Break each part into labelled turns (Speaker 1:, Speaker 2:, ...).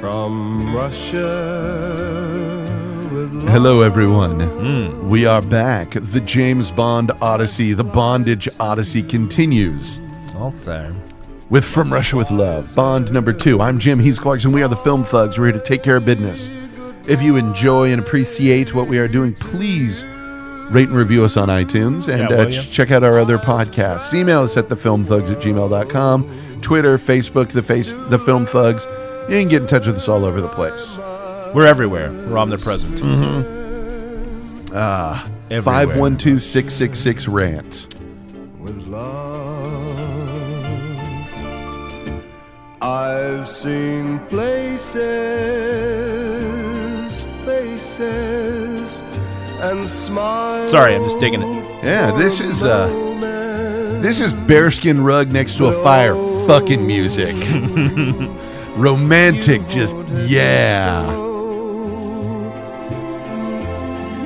Speaker 1: From Russia with
Speaker 2: Hello, everyone. We are back. The James Bond Odyssey, the Bondage Odyssey continues
Speaker 3: Also,
Speaker 2: with From Russia with Love, Bond number two. I'm Jim, he's Clarkson. We are the Film Thugs. We're here to take care of business. If you enjoy and appreciate what we are doing, please rate and review us on iTunes and
Speaker 3: Yeah, will
Speaker 2: uh,
Speaker 3: you?
Speaker 2: ch- check out our other podcasts. Email us at thefilmthugs at gmail.com, Twitter, Facebook, the, face, the Film Thugs. You can get in touch with us all over the place.
Speaker 3: we're everywhere. We're omnipresent.
Speaker 2: Mm-hmm.
Speaker 3: Ah,
Speaker 2: 512 666 rant.
Speaker 1: with love. I've seen places, faces, and smiles.
Speaker 3: Sorry, I'm just digging it.
Speaker 2: Yeah, this is uh
Speaker 1: Moments.
Speaker 2: this is bearskin rug next to a fire fucking music. Romantic just yeah.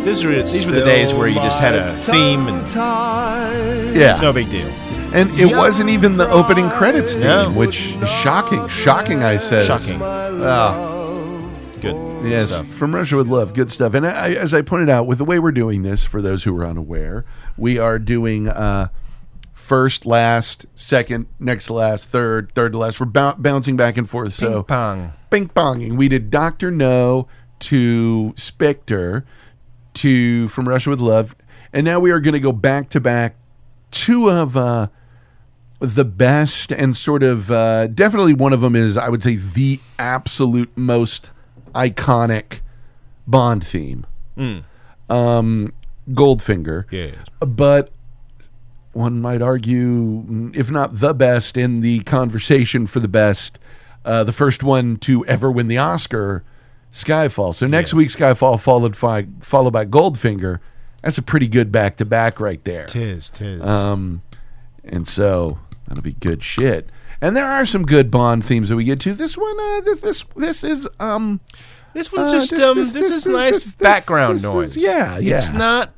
Speaker 3: These were, these were the days where you just had a theme and it's
Speaker 1: Time.
Speaker 2: Yeah.
Speaker 3: no big deal.
Speaker 2: And it wasn't even the opening credits theme,
Speaker 3: No.
Speaker 2: which is shocking. Shocking I said.
Speaker 3: Shocking.
Speaker 2: Ah,
Speaker 3: Good.
Speaker 2: yes.
Speaker 3: stuff.
Speaker 2: From Russia with love. Good stuff. And I, as I pointed out, with the way we're doing this, for those who are unaware, we are doing uh First, last, second, next to last, third, third to last. We're bou- bouncing back and forth. So
Speaker 3: Ping pong.
Speaker 2: ping ponging. We did Doctor No to Spectre to From Russia with Love, and now we are going to go back to back two of uh, the best and sort of uh, definitely one of them is I would say the absolute most iconic Bond theme, um, Goldfinger.
Speaker 3: Yes.
Speaker 2: but. One might argue, if not the best in the conversation for the best, uh, the first one to ever win the Oscar, Skyfall. So next week, Skyfall followed by, followed by Goldfinger. That's a pretty good back to back right there.
Speaker 3: Tis, tis.
Speaker 2: Um, and so that'll be good shit. And there are some good Bond themes that we get to. This one, uh, this this, this is um,
Speaker 3: this one's
Speaker 2: uh,
Speaker 3: just, um, this, is nice background
Speaker 2: this
Speaker 3: noise.
Speaker 2: is- yeah, yeah.
Speaker 3: It's not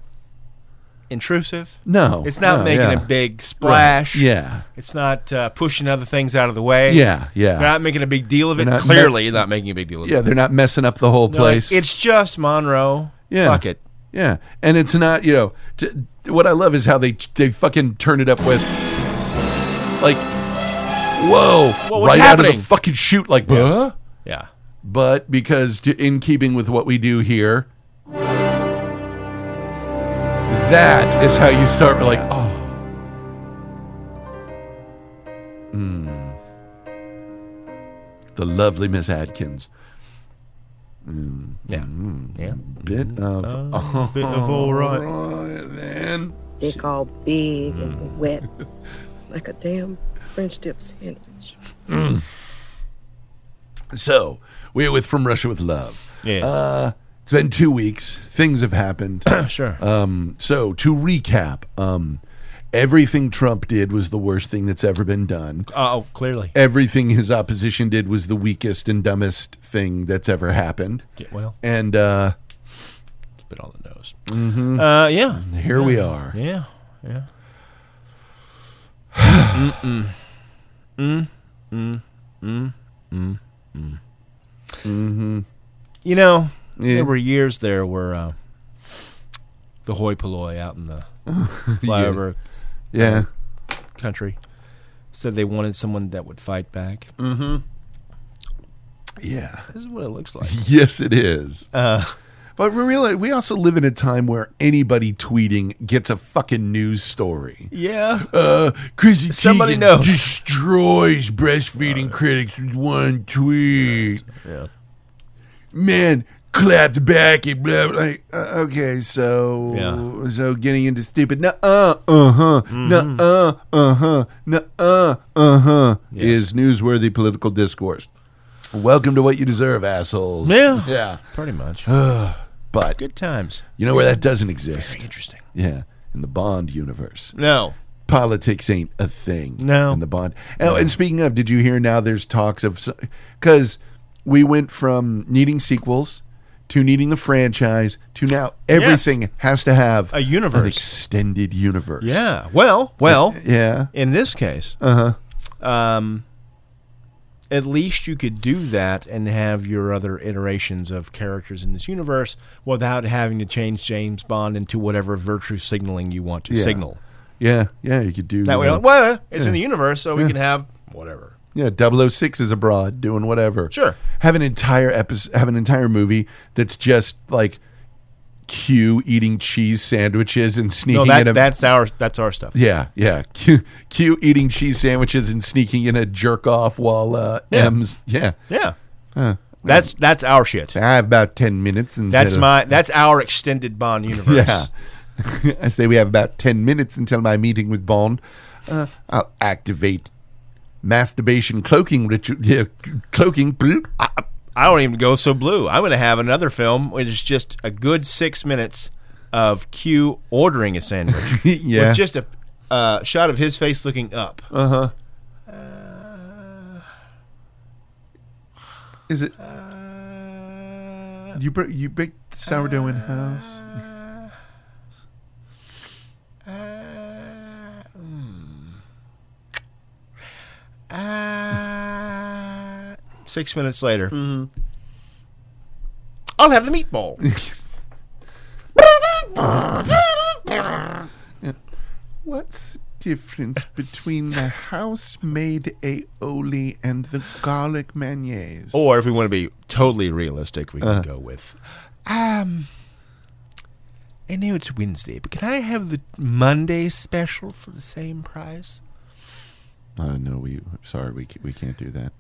Speaker 3: intrusive.
Speaker 2: no,
Speaker 3: It's not
Speaker 2: no,
Speaker 3: making
Speaker 2: Oh, yeah.
Speaker 3: a big splash.
Speaker 2: Yeah,
Speaker 3: It's not uh, pushing other things out of the way.
Speaker 2: yeah, yeah,
Speaker 3: They're not making a big deal of it.
Speaker 2: They're not-
Speaker 3: Clearly, not making a big deal of
Speaker 2: yeah.
Speaker 3: it.
Speaker 2: They're not messing up the whole
Speaker 3: They're like,
Speaker 2: place.
Speaker 3: it's just Monroe.
Speaker 2: Yeah.
Speaker 3: Fuck it.
Speaker 2: yeah, and it's not you know. T- what I love is how they they fucking turn it up with like, whoa,
Speaker 3: Whoa, what's
Speaker 2: right out of
Speaker 3: happening?
Speaker 2: the fucking shoot, like, "Huh?"
Speaker 3: Yeah.
Speaker 2: but because to, in keeping with what we do here, that is how you start. Like, oh, mm. Hmm. the lovely Miss Adkins,
Speaker 3: Yeah. Yeah.
Speaker 2: bit
Speaker 3: Mm-hmm.
Speaker 2: of
Speaker 3: Uh-huh.
Speaker 2: oh,
Speaker 3: Mm. Bit of all right.
Speaker 2: right then.
Speaker 4: dick all big and wet, like a damn French dip sandwich.
Speaker 2: So we're with from Russia with love.
Speaker 3: Yeah.
Speaker 2: Uh, it's been two weeks. Things have happened.
Speaker 3: sure.
Speaker 2: Um, so to recap, um, everything Trump did was the worst thing that's ever been done.
Speaker 3: oh, clearly.
Speaker 2: Everything his opposition did was the weakest and dumbest thing that's ever happened.
Speaker 3: Yeah, well,
Speaker 2: And uh,
Speaker 3: spit on the nose. Uh, yeah.
Speaker 2: here we are.
Speaker 3: Yeah. Yeah. Mm-hmm. You know,
Speaker 2: Yeah.
Speaker 3: there were years there where uh, the hoi polloi out in the flyover
Speaker 2: Yeah.
Speaker 3: country said they wanted someone that would fight back.
Speaker 2: Yeah.
Speaker 3: This is what it looks like.
Speaker 2: Yes, it is.
Speaker 3: Uh,
Speaker 2: but we realize we also live in a time where anybody tweeting gets a fucking news story.
Speaker 3: Yeah.
Speaker 2: Uh, Chrissy
Speaker 3: Somebody
Speaker 2: Teigen
Speaker 3: knows.
Speaker 2: destroys breastfeeding critics with one tweet.
Speaker 3: Yeah.
Speaker 2: Man clapped back and blah. blah. Like, uh, okay, so
Speaker 3: Yeah. Mm-hmm.
Speaker 2: so getting into stupid. Nuh uh uh huh. Nuh uh uh huh. Nuh uh uh huh is newsworthy political discourse. Welcome to what you deserve, assholes.
Speaker 3: Yeah.
Speaker 2: yeah.
Speaker 3: Pretty much.
Speaker 2: But
Speaker 3: Good times.
Speaker 2: you know where that doesn't exist?
Speaker 3: Very interesting.
Speaker 2: Yeah, in the Bond universe
Speaker 3: No.
Speaker 2: politics ain't a thing.
Speaker 3: No.
Speaker 2: in the bond. Oh, and speaking of, did you hear now? There's talks of because we went from needing sequels to needing the franchise to now everything has to have
Speaker 3: A
Speaker 2: an
Speaker 3: universe.
Speaker 2: extended universe.
Speaker 3: yeah. Well, well.
Speaker 2: Yeah.
Speaker 3: In this case,
Speaker 2: Uh
Speaker 3: um, at least you could do that and have your other iterations of characters in this universe without having to change James Bond into whatever virtue signaling you want to
Speaker 2: Yeah.
Speaker 3: signal.
Speaker 2: huh. Yeah. Yeah. You could do
Speaker 3: That way,
Speaker 2: uh,
Speaker 3: like, well, it's in the universe, so we can have whatever.
Speaker 2: Yeah, 006 is abroad doing whatever.
Speaker 3: Sure.
Speaker 2: Have an entire episode, have an entire movie that's just like Q eating cheese sandwiches and
Speaker 3: No,
Speaker 2: sneaking
Speaker 3: that,
Speaker 2: in a
Speaker 3: that's our that's our stuff.
Speaker 2: yeah, yeah. Q, Q eating cheese sandwiches and sneaking in a jerk off while uh,
Speaker 3: Yeah.
Speaker 2: M's. Yeah,
Speaker 3: Yeah. that's that's our shit.
Speaker 2: I have about ten minutes. Until,
Speaker 3: That's my that's our extended Bond universe.
Speaker 2: Yeah, I say we have about ten minutes until my meeting with Bond. Uh, I'll activate masturbation cloaking ritual. Yeah, c- cloaking. ah,
Speaker 3: I, I don't even go so blue. I'm going to have another film which is just a good six minutes of Q ordering a sandwich
Speaker 2: yeah, Uh.
Speaker 3: with just a uh, shot of his face looking up.
Speaker 2: Is it? you br- you baked the sourdough in house.
Speaker 3: Uh, Six minutes later,
Speaker 2: Mm-hmm.
Speaker 3: I'll have the meatball.
Speaker 2: What's the difference between the house-made aioli and the garlic mayonnaise?
Speaker 3: Or if we want to be totally realistic, we
Speaker 2: Uh-huh.
Speaker 3: can go with. Um, I know it's Wednesday, but can I have the Monday special for the same price?
Speaker 2: uh, no, we sorry, we ca- we can't do that.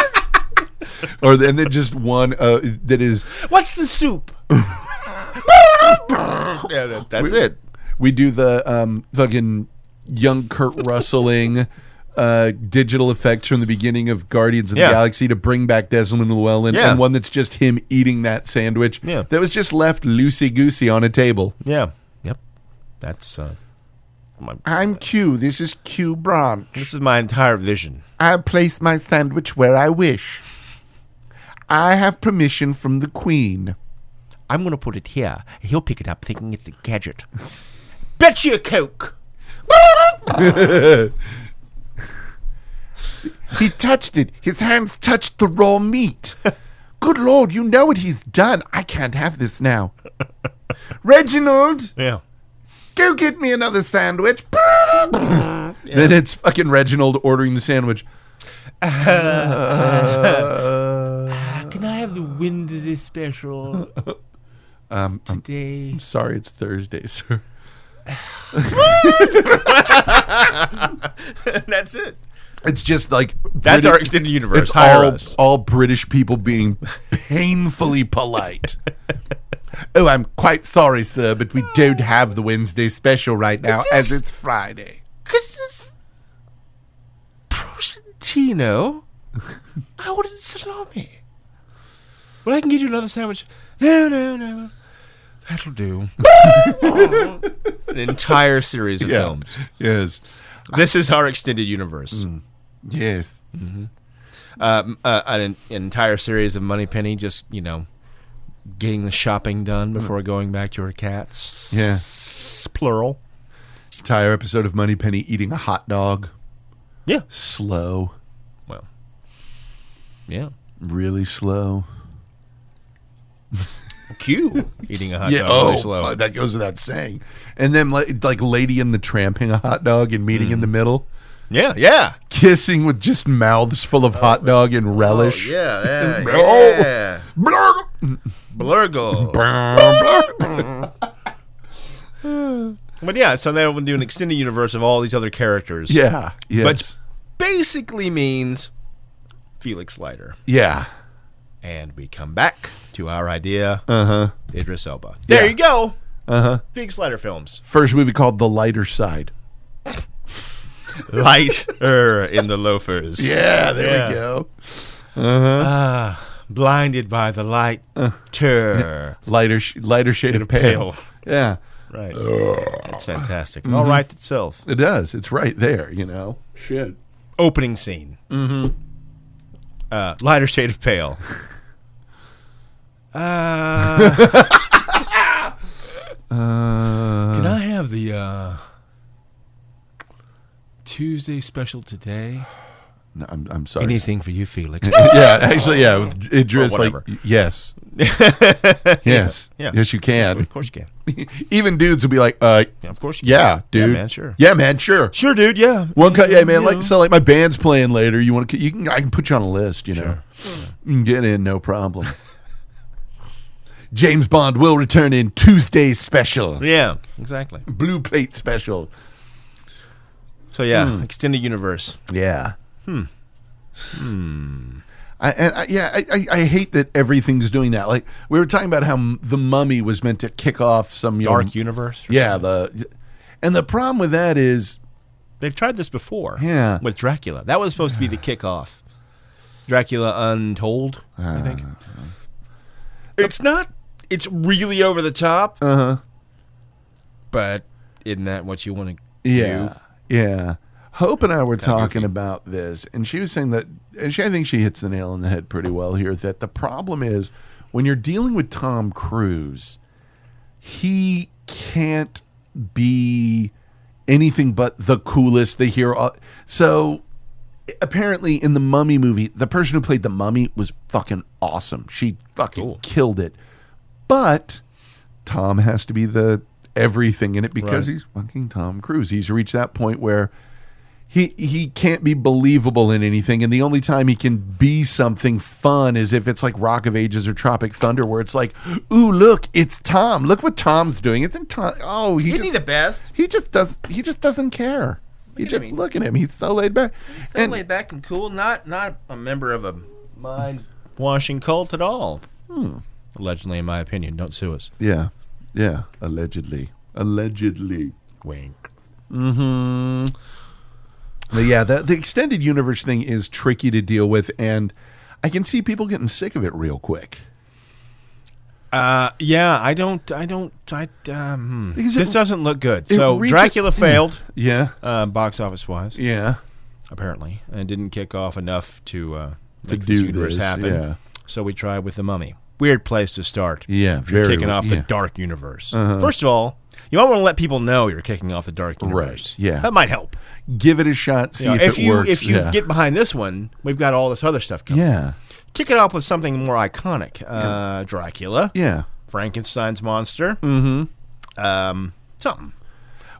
Speaker 2: or and then just one uh, that is
Speaker 3: What's the soup? yeah, that- that's it.
Speaker 2: We do the um, fucking young Kurt Russelling uh, digital effects from the beginning of Guardians of
Speaker 3: Yeah.
Speaker 2: the Galaxy to bring back Desmond Llewellyn,
Speaker 3: Yeah.
Speaker 2: and one that's just him eating that sandwich
Speaker 3: Yeah.
Speaker 2: that was just left loosey goosey on a table.
Speaker 3: Yeah. Yep. That's. Uh, my,
Speaker 2: I'm Q. This is Q Branch.
Speaker 3: this is my entire vision.
Speaker 2: I place my sandwich where I wish. I have permission from the Queen.
Speaker 3: I'm going to put it here. He'll pick it up thinking it's a gadget. Bet you a Coke.
Speaker 2: He touched it. His hands touched the raw meat. Good Lord, you know what he's done. I can't have this now. Reginald,
Speaker 3: Yeah.
Speaker 2: go get me another sandwich. Then it's fucking Reginald ordering the sandwich.
Speaker 3: Uh, Can I have the Wednesday special
Speaker 2: Um, I'm
Speaker 3: today?
Speaker 2: sorry, it's Thursday, sir.
Speaker 3: that's it.
Speaker 2: It's just like
Speaker 3: That's
Speaker 2: Briti-
Speaker 3: our extended universe.
Speaker 2: It's
Speaker 3: Hire
Speaker 2: all,
Speaker 3: us.
Speaker 2: all British people being painfully polite. oh, I'm quite sorry, sir, but we don't have the Wednesday special right now,
Speaker 3: Uh,
Speaker 2: as it's Friday.
Speaker 3: Because this prosentino, I ordered salami. Well, I can get you another sandwich. No, no, no. That'll do. An entire series of
Speaker 2: Yeah.
Speaker 3: films.
Speaker 2: Yes.
Speaker 3: This is our extended universe.
Speaker 2: Yes.
Speaker 3: Um, uh, an, an entire series of Money Penny, just you know, getting the shopping done before going back to her cats.
Speaker 2: Yeah.
Speaker 3: plural.
Speaker 2: Entire episode of Money Penny eating a hot dog.
Speaker 3: Yeah.
Speaker 2: Slow.
Speaker 3: Well. Yeah.
Speaker 2: Really slow.
Speaker 3: Q eating a hot
Speaker 2: yeah.
Speaker 3: dog.
Speaker 2: Oh,
Speaker 3: really slow.
Speaker 2: fuck, that goes without saying. And then like, like Lady and the Tramping a hot dog and meeting
Speaker 3: Mm.
Speaker 2: in the middle.
Speaker 3: Yeah, yeah.
Speaker 2: Kissing with just mouths full of hot dog and relish.
Speaker 3: Oh, yeah,
Speaker 2: Oh, yeah.
Speaker 3: Oh.
Speaker 2: Blah,
Speaker 3: Blurgle.
Speaker 2: blah, blah.
Speaker 3: But yeah, so they would do an extended universe of all these other characters.
Speaker 2: Yeah. Yes.
Speaker 3: But basically means Felix Leiter.
Speaker 2: yeah.
Speaker 3: And we come back to our idea,
Speaker 2: Uh huh.
Speaker 3: Idris Elba. There
Speaker 2: Yeah.
Speaker 3: you go.
Speaker 2: Uh huh.
Speaker 3: Felix Leiter films.
Speaker 2: First movie called The Lighter Side.
Speaker 3: Lighter Er, in the loafers.
Speaker 2: Yeah. There
Speaker 3: Yeah.
Speaker 2: we go.
Speaker 3: Ah, blinded by the light. Tur.
Speaker 2: Lighter, sh- lighter shade of pale.
Speaker 3: pale.
Speaker 2: Uh. Yeah.
Speaker 3: Right. That's fantastic. All right itself.
Speaker 2: It does. It's right there, you know. Shit.
Speaker 3: Opening scene. Uh, lighter shade of pale. Uh, can I have the uh, Tuesday special today?
Speaker 2: No, I'm, I'm sorry.
Speaker 3: Anything for you, Felix.
Speaker 2: yeah, actually, yeah. With, it just like
Speaker 3: whatever.
Speaker 2: yes, yes,
Speaker 3: yeah.
Speaker 2: yes. You can.
Speaker 3: of course you can.
Speaker 2: Even dudes will be like, uh,
Speaker 3: Yeah, of course you can.
Speaker 2: yeah, dude,
Speaker 3: man, sure.
Speaker 2: yeah, man, sure.
Speaker 3: Sure, dude. Yeah.
Speaker 2: One cut, yeah, man.
Speaker 3: You know.
Speaker 2: Like so, like my band's playing later. You want to? You can? I can put you on a list. You know, you can get in, no problem. James Bond will return in Tuesday special,
Speaker 3: Yeah. Exactly.
Speaker 2: blue plate special.
Speaker 3: So yeah,
Speaker 2: Hmm.
Speaker 3: extended universe.
Speaker 2: Yeah. Hmm. Hmm. I, and I, yeah, I, I, I hate that everything's doing that. Like we were talking about how m- the Mummy was meant to kick off some you know,
Speaker 3: Dark universe. or
Speaker 2: yeah, the and the problem with that is
Speaker 3: They've tried this before.
Speaker 2: Yeah.
Speaker 3: With Dracula. That was supposed to be the kickoff. Dracula Untold,
Speaker 2: Uh,
Speaker 3: I think. It's not. It's really over the top. Uh
Speaker 2: uh-huh.
Speaker 3: huh. But isn't that what you want to
Speaker 2: yeah, yeah. Hope and I were talking about this, and she was saying that, and she I think she hits the nail on the head pretty well here. That the problem is when you're dealing with Tom Cruise, he can't be anything but the coolest the hero. Uh, So apparently in the Mummy movie, the person who played the Mummy was fucking awesome. She fucking
Speaker 3: Cool.
Speaker 2: killed it. But Tom has to be the everything in it because
Speaker 3: Right.
Speaker 2: he's fucking Tom Cruise. He's reached that point where he he can't be believable in anything, and the only time he can be something fun is if it's like Rock of Ages or Tropic Thunder, where it's like, "Ooh, look, it's Tom! Look what Tom's doing! It's in Tom! Oh, he
Speaker 3: Isn't he
Speaker 2: just,
Speaker 3: the best?
Speaker 2: he just does he just doesn't care. You
Speaker 3: at
Speaker 2: just
Speaker 3: him.
Speaker 2: look at him; he's so laid back.
Speaker 3: So
Speaker 2: and
Speaker 3: laid back and cool. Not not a member of a mind washing cult at all.
Speaker 2: Hmm.
Speaker 3: Allegedly, in my opinion. Don't sue us.
Speaker 2: yeah, yeah, allegedly, allegedly.
Speaker 3: Wink.
Speaker 2: But yeah, the, the extended universe thing is tricky to deal with, and I can see people getting sick of it real quick.
Speaker 3: Uh, yeah, I don't, I don't, I, um,
Speaker 2: Because it-
Speaker 3: this doesn't look good. So
Speaker 2: reaches- Hmm.
Speaker 3: Dracula failed,
Speaker 2: Yeah,
Speaker 3: uh, box office wise,
Speaker 2: yeah,
Speaker 3: apparently, and didn't kick off enough to uh,
Speaker 2: To
Speaker 3: make this
Speaker 2: do
Speaker 3: universe
Speaker 2: this,
Speaker 3: happen.
Speaker 2: yeah.
Speaker 3: So we tried with the Mummy. Weird place to start.
Speaker 2: Yeah,
Speaker 3: if you're
Speaker 2: very
Speaker 3: kicking
Speaker 2: we-
Speaker 3: off
Speaker 2: yeah. Uh-huh.
Speaker 3: the dark universe. First of all, you might want to let people know you're kicking off the dark universe.
Speaker 2: yeah.
Speaker 3: that might help.
Speaker 2: give it a shot. See
Speaker 3: You know,
Speaker 2: if,
Speaker 3: if,
Speaker 2: it
Speaker 3: you
Speaker 2: works.
Speaker 3: if you
Speaker 2: yeah.
Speaker 3: get behind this one, we've got all this other stuff coming.
Speaker 2: yeah,
Speaker 3: Kick it off with something more iconic. Uh, Dracula.
Speaker 2: yeah,
Speaker 3: Frankenstein's monster. Mm-hmm. Um, something.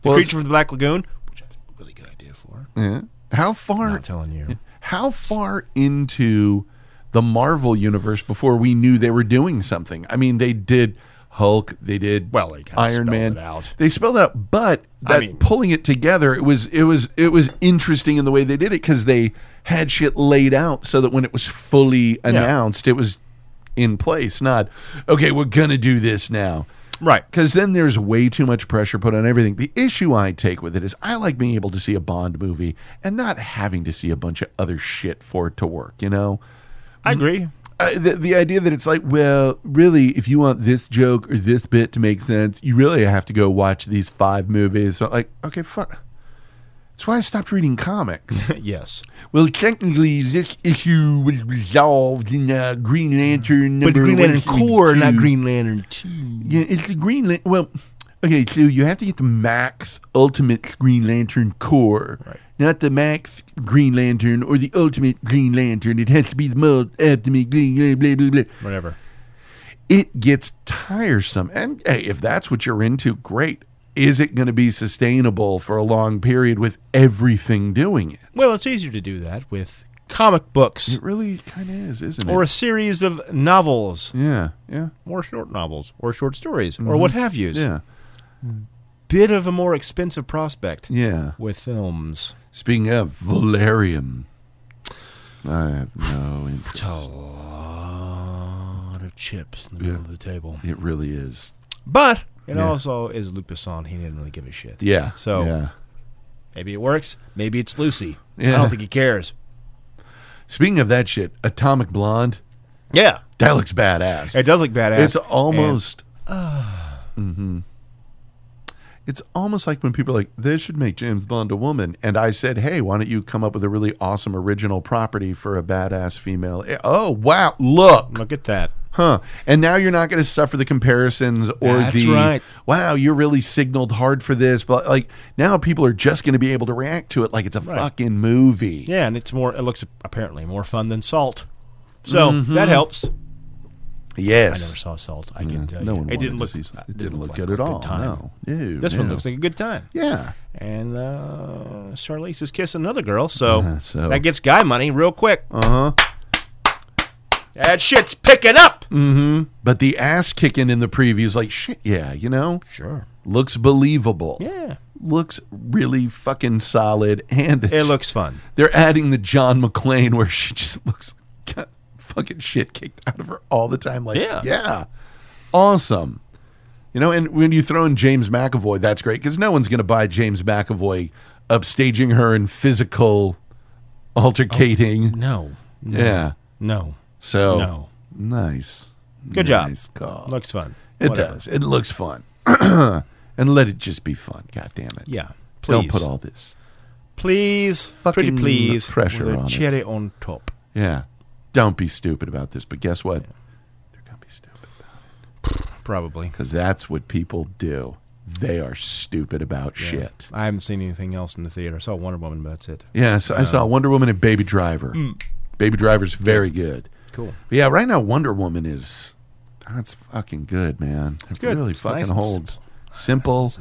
Speaker 3: The
Speaker 2: Well,
Speaker 3: creature from the Black Lagoon, which I have a really good idea for.
Speaker 2: yeah. How far?
Speaker 3: Not telling you.
Speaker 2: How far into the Marvel universe before we knew they were doing something? I mean, they did Hulk, they did
Speaker 3: Well, they kinda
Speaker 2: Iron
Speaker 3: spelled
Speaker 2: Man.
Speaker 3: it out.
Speaker 2: They spelled it out, but
Speaker 3: I
Speaker 2: that
Speaker 3: mean-
Speaker 2: pulling it together, it was it was it was interesting in the way they did it because they had shit laid out so that when it was fully announced, it was in place. Not okay, we're gonna do this now.
Speaker 3: Right.
Speaker 2: Because then there's way too much pressure put on everything. The issue I take with it is I like being able to see a Bond movie and not having to see a bunch of other shit for it to work, you know?
Speaker 3: I agree.
Speaker 2: I, the, the idea that it's like, well, really, if you want this joke or this bit to make sense, you really have to go watch these five movies. So, like, okay, fuck. That's why I stopped reading comics.
Speaker 3: yes.
Speaker 2: well, technically, this issue was resolved in uh, Green Lantern number
Speaker 3: not
Speaker 2: 172.
Speaker 3: Green Lantern 2.
Speaker 2: Yeah, it's the Green Lan Well, okay, so you have to get the Max Ultimate Green Lantern core,
Speaker 3: Right.
Speaker 2: not the Max Green Lantern or the Ultimate Green Lantern. It has to be the most ultimate Green Lan- blah blah blah.
Speaker 3: Whatever.
Speaker 2: It gets tiresome, and hey, if that's what you're into, great. Is it going to be sustainable for a long period with everything doing it?
Speaker 3: Well, it's easier to do that with comic books
Speaker 2: It really kind of is, isn't
Speaker 3: or a
Speaker 2: it?
Speaker 3: series of novels
Speaker 2: yeah, yeah,
Speaker 3: or short novels or short stories or what have yous.
Speaker 2: Mm-hmm. yeah,
Speaker 3: Bit of a more expensive prospect
Speaker 2: yeah.
Speaker 3: with films.
Speaker 2: Speaking of Valerium, I have no interest.
Speaker 3: A lot of chips in the middle of the table.
Speaker 2: It really is.
Speaker 3: But it
Speaker 2: Yeah.
Speaker 3: also is Luc Besson. He didn't really give a shit.
Speaker 2: Yeah.
Speaker 3: So
Speaker 2: yeah.
Speaker 3: maybe it works. Maybe it's Lucy. I
Speaker 2: Yeah.
Speaker 3: don't think he cares.
Speaker 2: Speaking of that shit, Atomic Blonde,
Speaker 3: Yeah.
Speaker 2: that looks badass.
Speaker 3: It does look badass.
Speaker 2: It's
Speaker 3: And-
Speaker 2: almost. mm-hmm. It's almost like when people are like, this should make James Bond a woman. And I said, hey, why don't you come up with a really awesome original property for a badass female? Eh, Oh, wow. Look.
Speaker 3: Look at that.
Speaker 2: Huh. And now you're not going to suffer the comparisons or
Speaker 3: That's
Speaker 2: the,
Speaker 3: right.
Speaker 2: wow, you really signaled hard for this. But like now people are just going to be able to react to it like it's a fucking movie.
Speaker 3: Yeah, and it's more. It looks apparently more fun than Salt. So that helps. I
Speaker 2: Mm-hmm. Yes. Mm-hmm.
Speaker 3: never saw Salt. I can tell
Speaker 2: no
Speaker 3: you.
Speaker 2: one
Speaker 3: it didn't
Speaker 2: wanted
Speaker 3: look.
Speaker 2: to see-
Speaker 3: uh,
Speaker 2: it didn't look
Speaker 3: like
Speaker 2: good
Speaker 3: a
Speaker 2: at all.
Speaker 3: time.
Speaker 2: No. No,
Speaker 3: This one
Speaker 2: no.
Speaker 3: looks like a good time.
Speaker 2: Yeah.
Speaker 3: And uh, Charlize is kissing another girl, so,
Speaker 2: so- Uh-huh.
Speaker 3: that gets guy money real quick. Uh huh. That shit's picking up.
Speaker 2: Mm. But the ass kicking in the previews, like shit, yeah, you know,
Speaker 3: Sure.
Speaker 2: looks believable.
Speaker 3: Yeah.
Speaker 2: looks really fucking solid, and
Speaker 3: It looks fun.
Speaker 2: They're adding the John McClane where she just looks got fucking shit kicked out of her all the time. Like,
Speaker 3: Yeah.
Speaker 2: yeah, awesome. You know, and when you throw in James McAvoy, that's great because no one's going to buy James McAvoy upstaging her in physical altercating.
Speaker 3: Oh, No.
Speaker 2: Yeah,
Speaker 3: No.
Speaker 2: so
Speaker 3: No.
Speaker 2: nice.
Speaker 3: Good job.
Speaker 2: nice Call.
Speaker 3: Looks fun.
Speaker 2: It
Speaker 3: Whatever.
Speaker 2: does. It looks fun. and let it just be fun. God damn it.
Speaker 3: Yeah. Please.
Speaker 2: Don't put all this.
Speaker 3: please. Pretty
Speaker 2: fucking
Speaker 3: please.
Speaker 2: pressure
Speaker 3: with a
Speaker 2: on it.
Speaker 3: cherry on top.
Speaker 2: Yeah. Don't be stupid about this. But guess what? They're going to be stupid
Speaker 3: Probably.
Speaker 2: because that's what people do. They are stupid about shit.
Speaker 3: I haven't seen anything else in the theater. I saw Wonder Woman, but that's it.
Speaker 2: Yeah. So I saw Wonder Woman and Baby Driver.
Speaker 3: Mm.
Speaker 2: Baby Driver's very good.
Speaker 3: Cool.
Speaker 2: But yeah. Right now, Wonder Woman is. That's fucking good, man. It's
Speaker 3: good.
Speaker 2: really
Speaker 3: It's
Speaker 2: fucking
Speaker 3: nice and
Speaker 2: holds. Simple,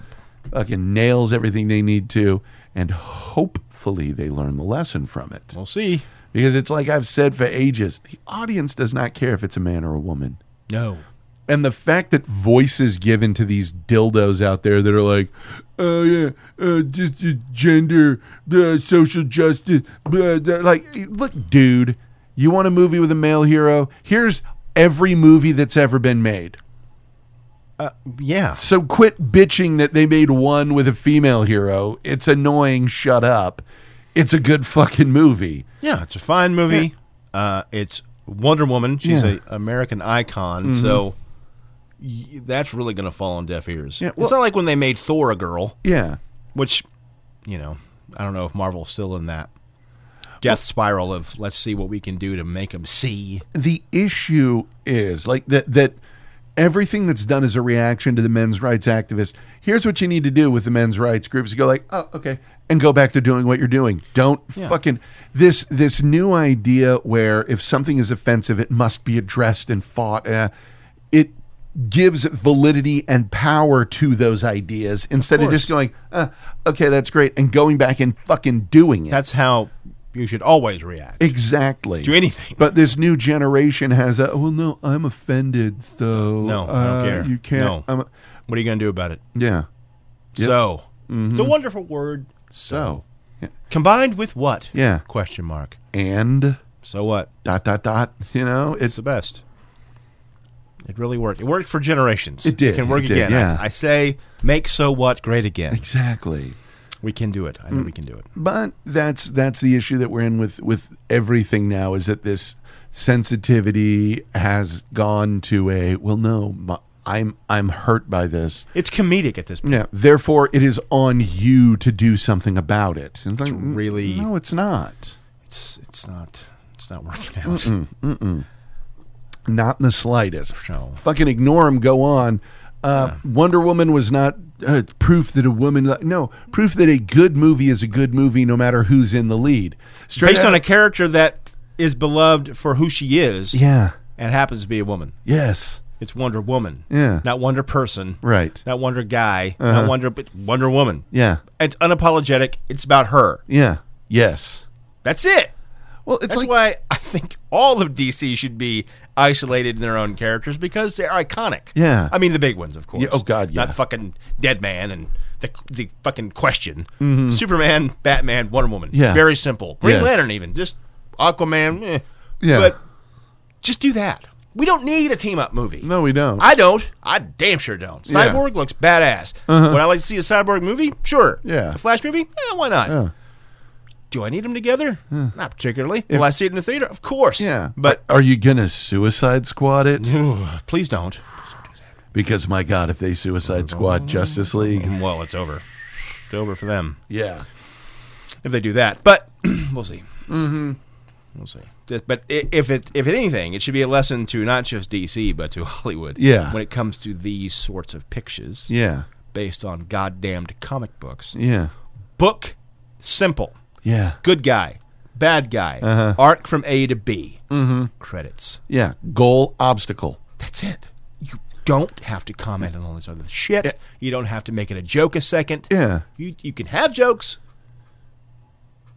Speaker 2: fucking nails everything they need to, and hopefully they learn the lesson from it.
Speaker 3: We'll see.
Speaker 2: Because it's like I've said for ages, the audience does not care if it's a man or a woman.
Speaker 3: No.
Speaker 2: And the fact that voices given to these dildos out there that are like, oh yeah, uh, just, uh, gender, uh, social justice, blah, blah," like, look, dude, you want a movie with a male hero? Here's every movie that's ever been made.
Speaker 3: Yeah.
Speaker 2: So quit bitching that they made one with a female hero. It's annoying. Shut up. It's a good fucking movie.
Speaker 3: Yeah. It's a fine movie. Uh, it's Wonder Woman. She's
Speaker 2: Yeah. Mm-hmm.
Speaker 3: an American icon. So y- that's really going to fall on deaf ears.
Speaker 2: Yeah,
Speaker 3: it's
Speaker 2: well-
Speaker 3: not like when they made Thor a girl,
Speaker 2: Yeah.
Speaker 3: which, you know, I don't know if Marvel's still in that death spiral of let's see what we can do to make them see.
Speaker 2: the issue is like that that everything that's done is a reaction to the men's rights activists. Here's what you need to do with the men's rights groups. You go like, oh, okay, and go back to doing what you're doing. Don't fucking this this new idea where if something is offensive, it must be addressed and fought. Uh, it gives validity and power to those ideas instead of, just going, uh, okay, that's great, and going back and fucking doing it.
Speaker 3: That's how you should always react.
Speaker 2: Exactly.
Speaker 3: Do anything.
Speaker 2: But this new generation has that. Well, no, I'm offended, so
Speaker 3: No, I don't
Speaker 2: uh,
Speaker 3: care.
Speaker 2: You
Speaker 3: No.
Speaker 2: can't. I'm a-"
Speaker 3: What are you going to do about it?
Speaker 2: yeah. Mm-hmm.
Speaker 3: So, the wonderful word
Speaker 2: So
Speaker 3: combined with what?
Speaker 2: Yeah.
Speaker 3: Question mark.
Speaker 2: and
Speaker 3: So what?
Speaker 2: dot dot dot. You know,
Speaker 3: It's
Speaker 2: it's
Speaker 3: the best. It really worked. It worked for generations.
Speaker 2: It did.
Speaker 3: It can work
Speaker 2: It did,
Speaker 3: again. I-
Speaker 2: yeah.
Speaker 3: I, say, make so what great again.
Speaker 2: exactly.
Speaker 3: We can do it. I
Speaker 2: Mm.
Speaker 3: know we can do it.
Speaker 2: But that's that's the issue that we're in with with everything now is that this sensitivity has gone to a well, no, my, I'm I'm hurt by this.
Speaker 3: It's comedic at this point.
Speaker 2: Yeah. Therefore, it is on you to do something about it. And it's like,
Speaker 3: really-
Speaker 2: no, it's not.
Speaker 3: It's it's not it's not working out.
Speaker 2: Not in the slightest.
Speaker 3: No.
Speaker 2: Fucking ignore him. Go on. Uh, Wonder Woman was not uh, proof that a woman. No, proof that a good movie is a good movie, no matter who's in the lead. Straight
Speaker 3: Based on
Speaker 2: out-
Speaker 3: a character that is beloved for who she is
Speaker 2: yeah.
Speaker 3: and happens to be a woman.
Speaker 2: Yes.
Speaker 3: It's Wonder Woman.
Speaker 2: Yeah.
Speaker 3: Not Wonder Person.
Speaker 2: Right. Uh-huh.
Speaker 3: Not Wonder Guy. Not Wonder but Wonder Woman.
Speaker 2: Yeah.
Speaker 3: It's unapologetic. It's about her.
Speaker 2: Yeah. Yes.
Speaker 3: That's it.
Speaker 2: Well, it's
Speaker 3: That's
Speaker 2: like
Speaker 3: why I think all of DC should be isolated in their own characters because they're iconic.
Speaker 2: Yeah.
Speaker 3: I mean the big ones, of course.
Speaker 2: Yeah, oh, God, yeah.
Speaker 3: Not fucking Dead Man and the the fucking Question, Superman, Batman, Wonder Woman.
Speaker 2: Mm-hmm. Yeah.
Speaker 3: very simple. Green
Speaker 2: Yes.
Speaker 3: Lantern, even just Aquaman. eh.
Speaker 2: Yeah.
Speaker 3: but just do that. We don't need a team up movie.
Speaker 2: no, we don't.
Speaker 3: I don't. I damn sure don't.
Speaker 2: Yeah. Uh-huh.
Speaker 3: Cyborg looks badass. Would I like to see a cyborg movie? Sure.
Speaker 2: Yeah.
Speaker 3: A Flash movie? Yeah, why not?
Speaker 2: Yeah.
Speaker 3: Do I need them together? Not particularly. Will I see it in the theater? Of course.
Speaker 2: yeah.
Speaker 3: But
Speaker 2: are you gonna Suicide Squad it?
Speaker 3: Ugh, please don't.
Speaker 2: because my God, if they Suicide Squad Justice League,
Speaker 3: Well, it's over. It's over for them
Speaker 2: yeah,
Speaker 3: if they do that. But we'll see. Mm-hmm. We'll see. Just- But i- if it if it anything, it should be a lesson to not just DC but to Hollywood.
Speaker 2: Yeah.
Speaker 3: When it comes to these sorts of pictures,
Speaker 2: yeah,
Speaker 3: based on goddamned comic books,
Speaker 2: yeah,
Speaker 3: book simple.
Speaker 2: yeah,
Speaker 3: good guy, bad guy,
Speaker 2: Uh-huh.
Speaker 3: arc from A to B, mm-hmm. credits.
Speaker 2: yeah. Goal obstacle.
Speaker 3: That's it. You don't have to comment on all this other shit. You don't have to make it a joke a second.
Speaker 2: Yeah.
Speaker 3: You you can have jokes.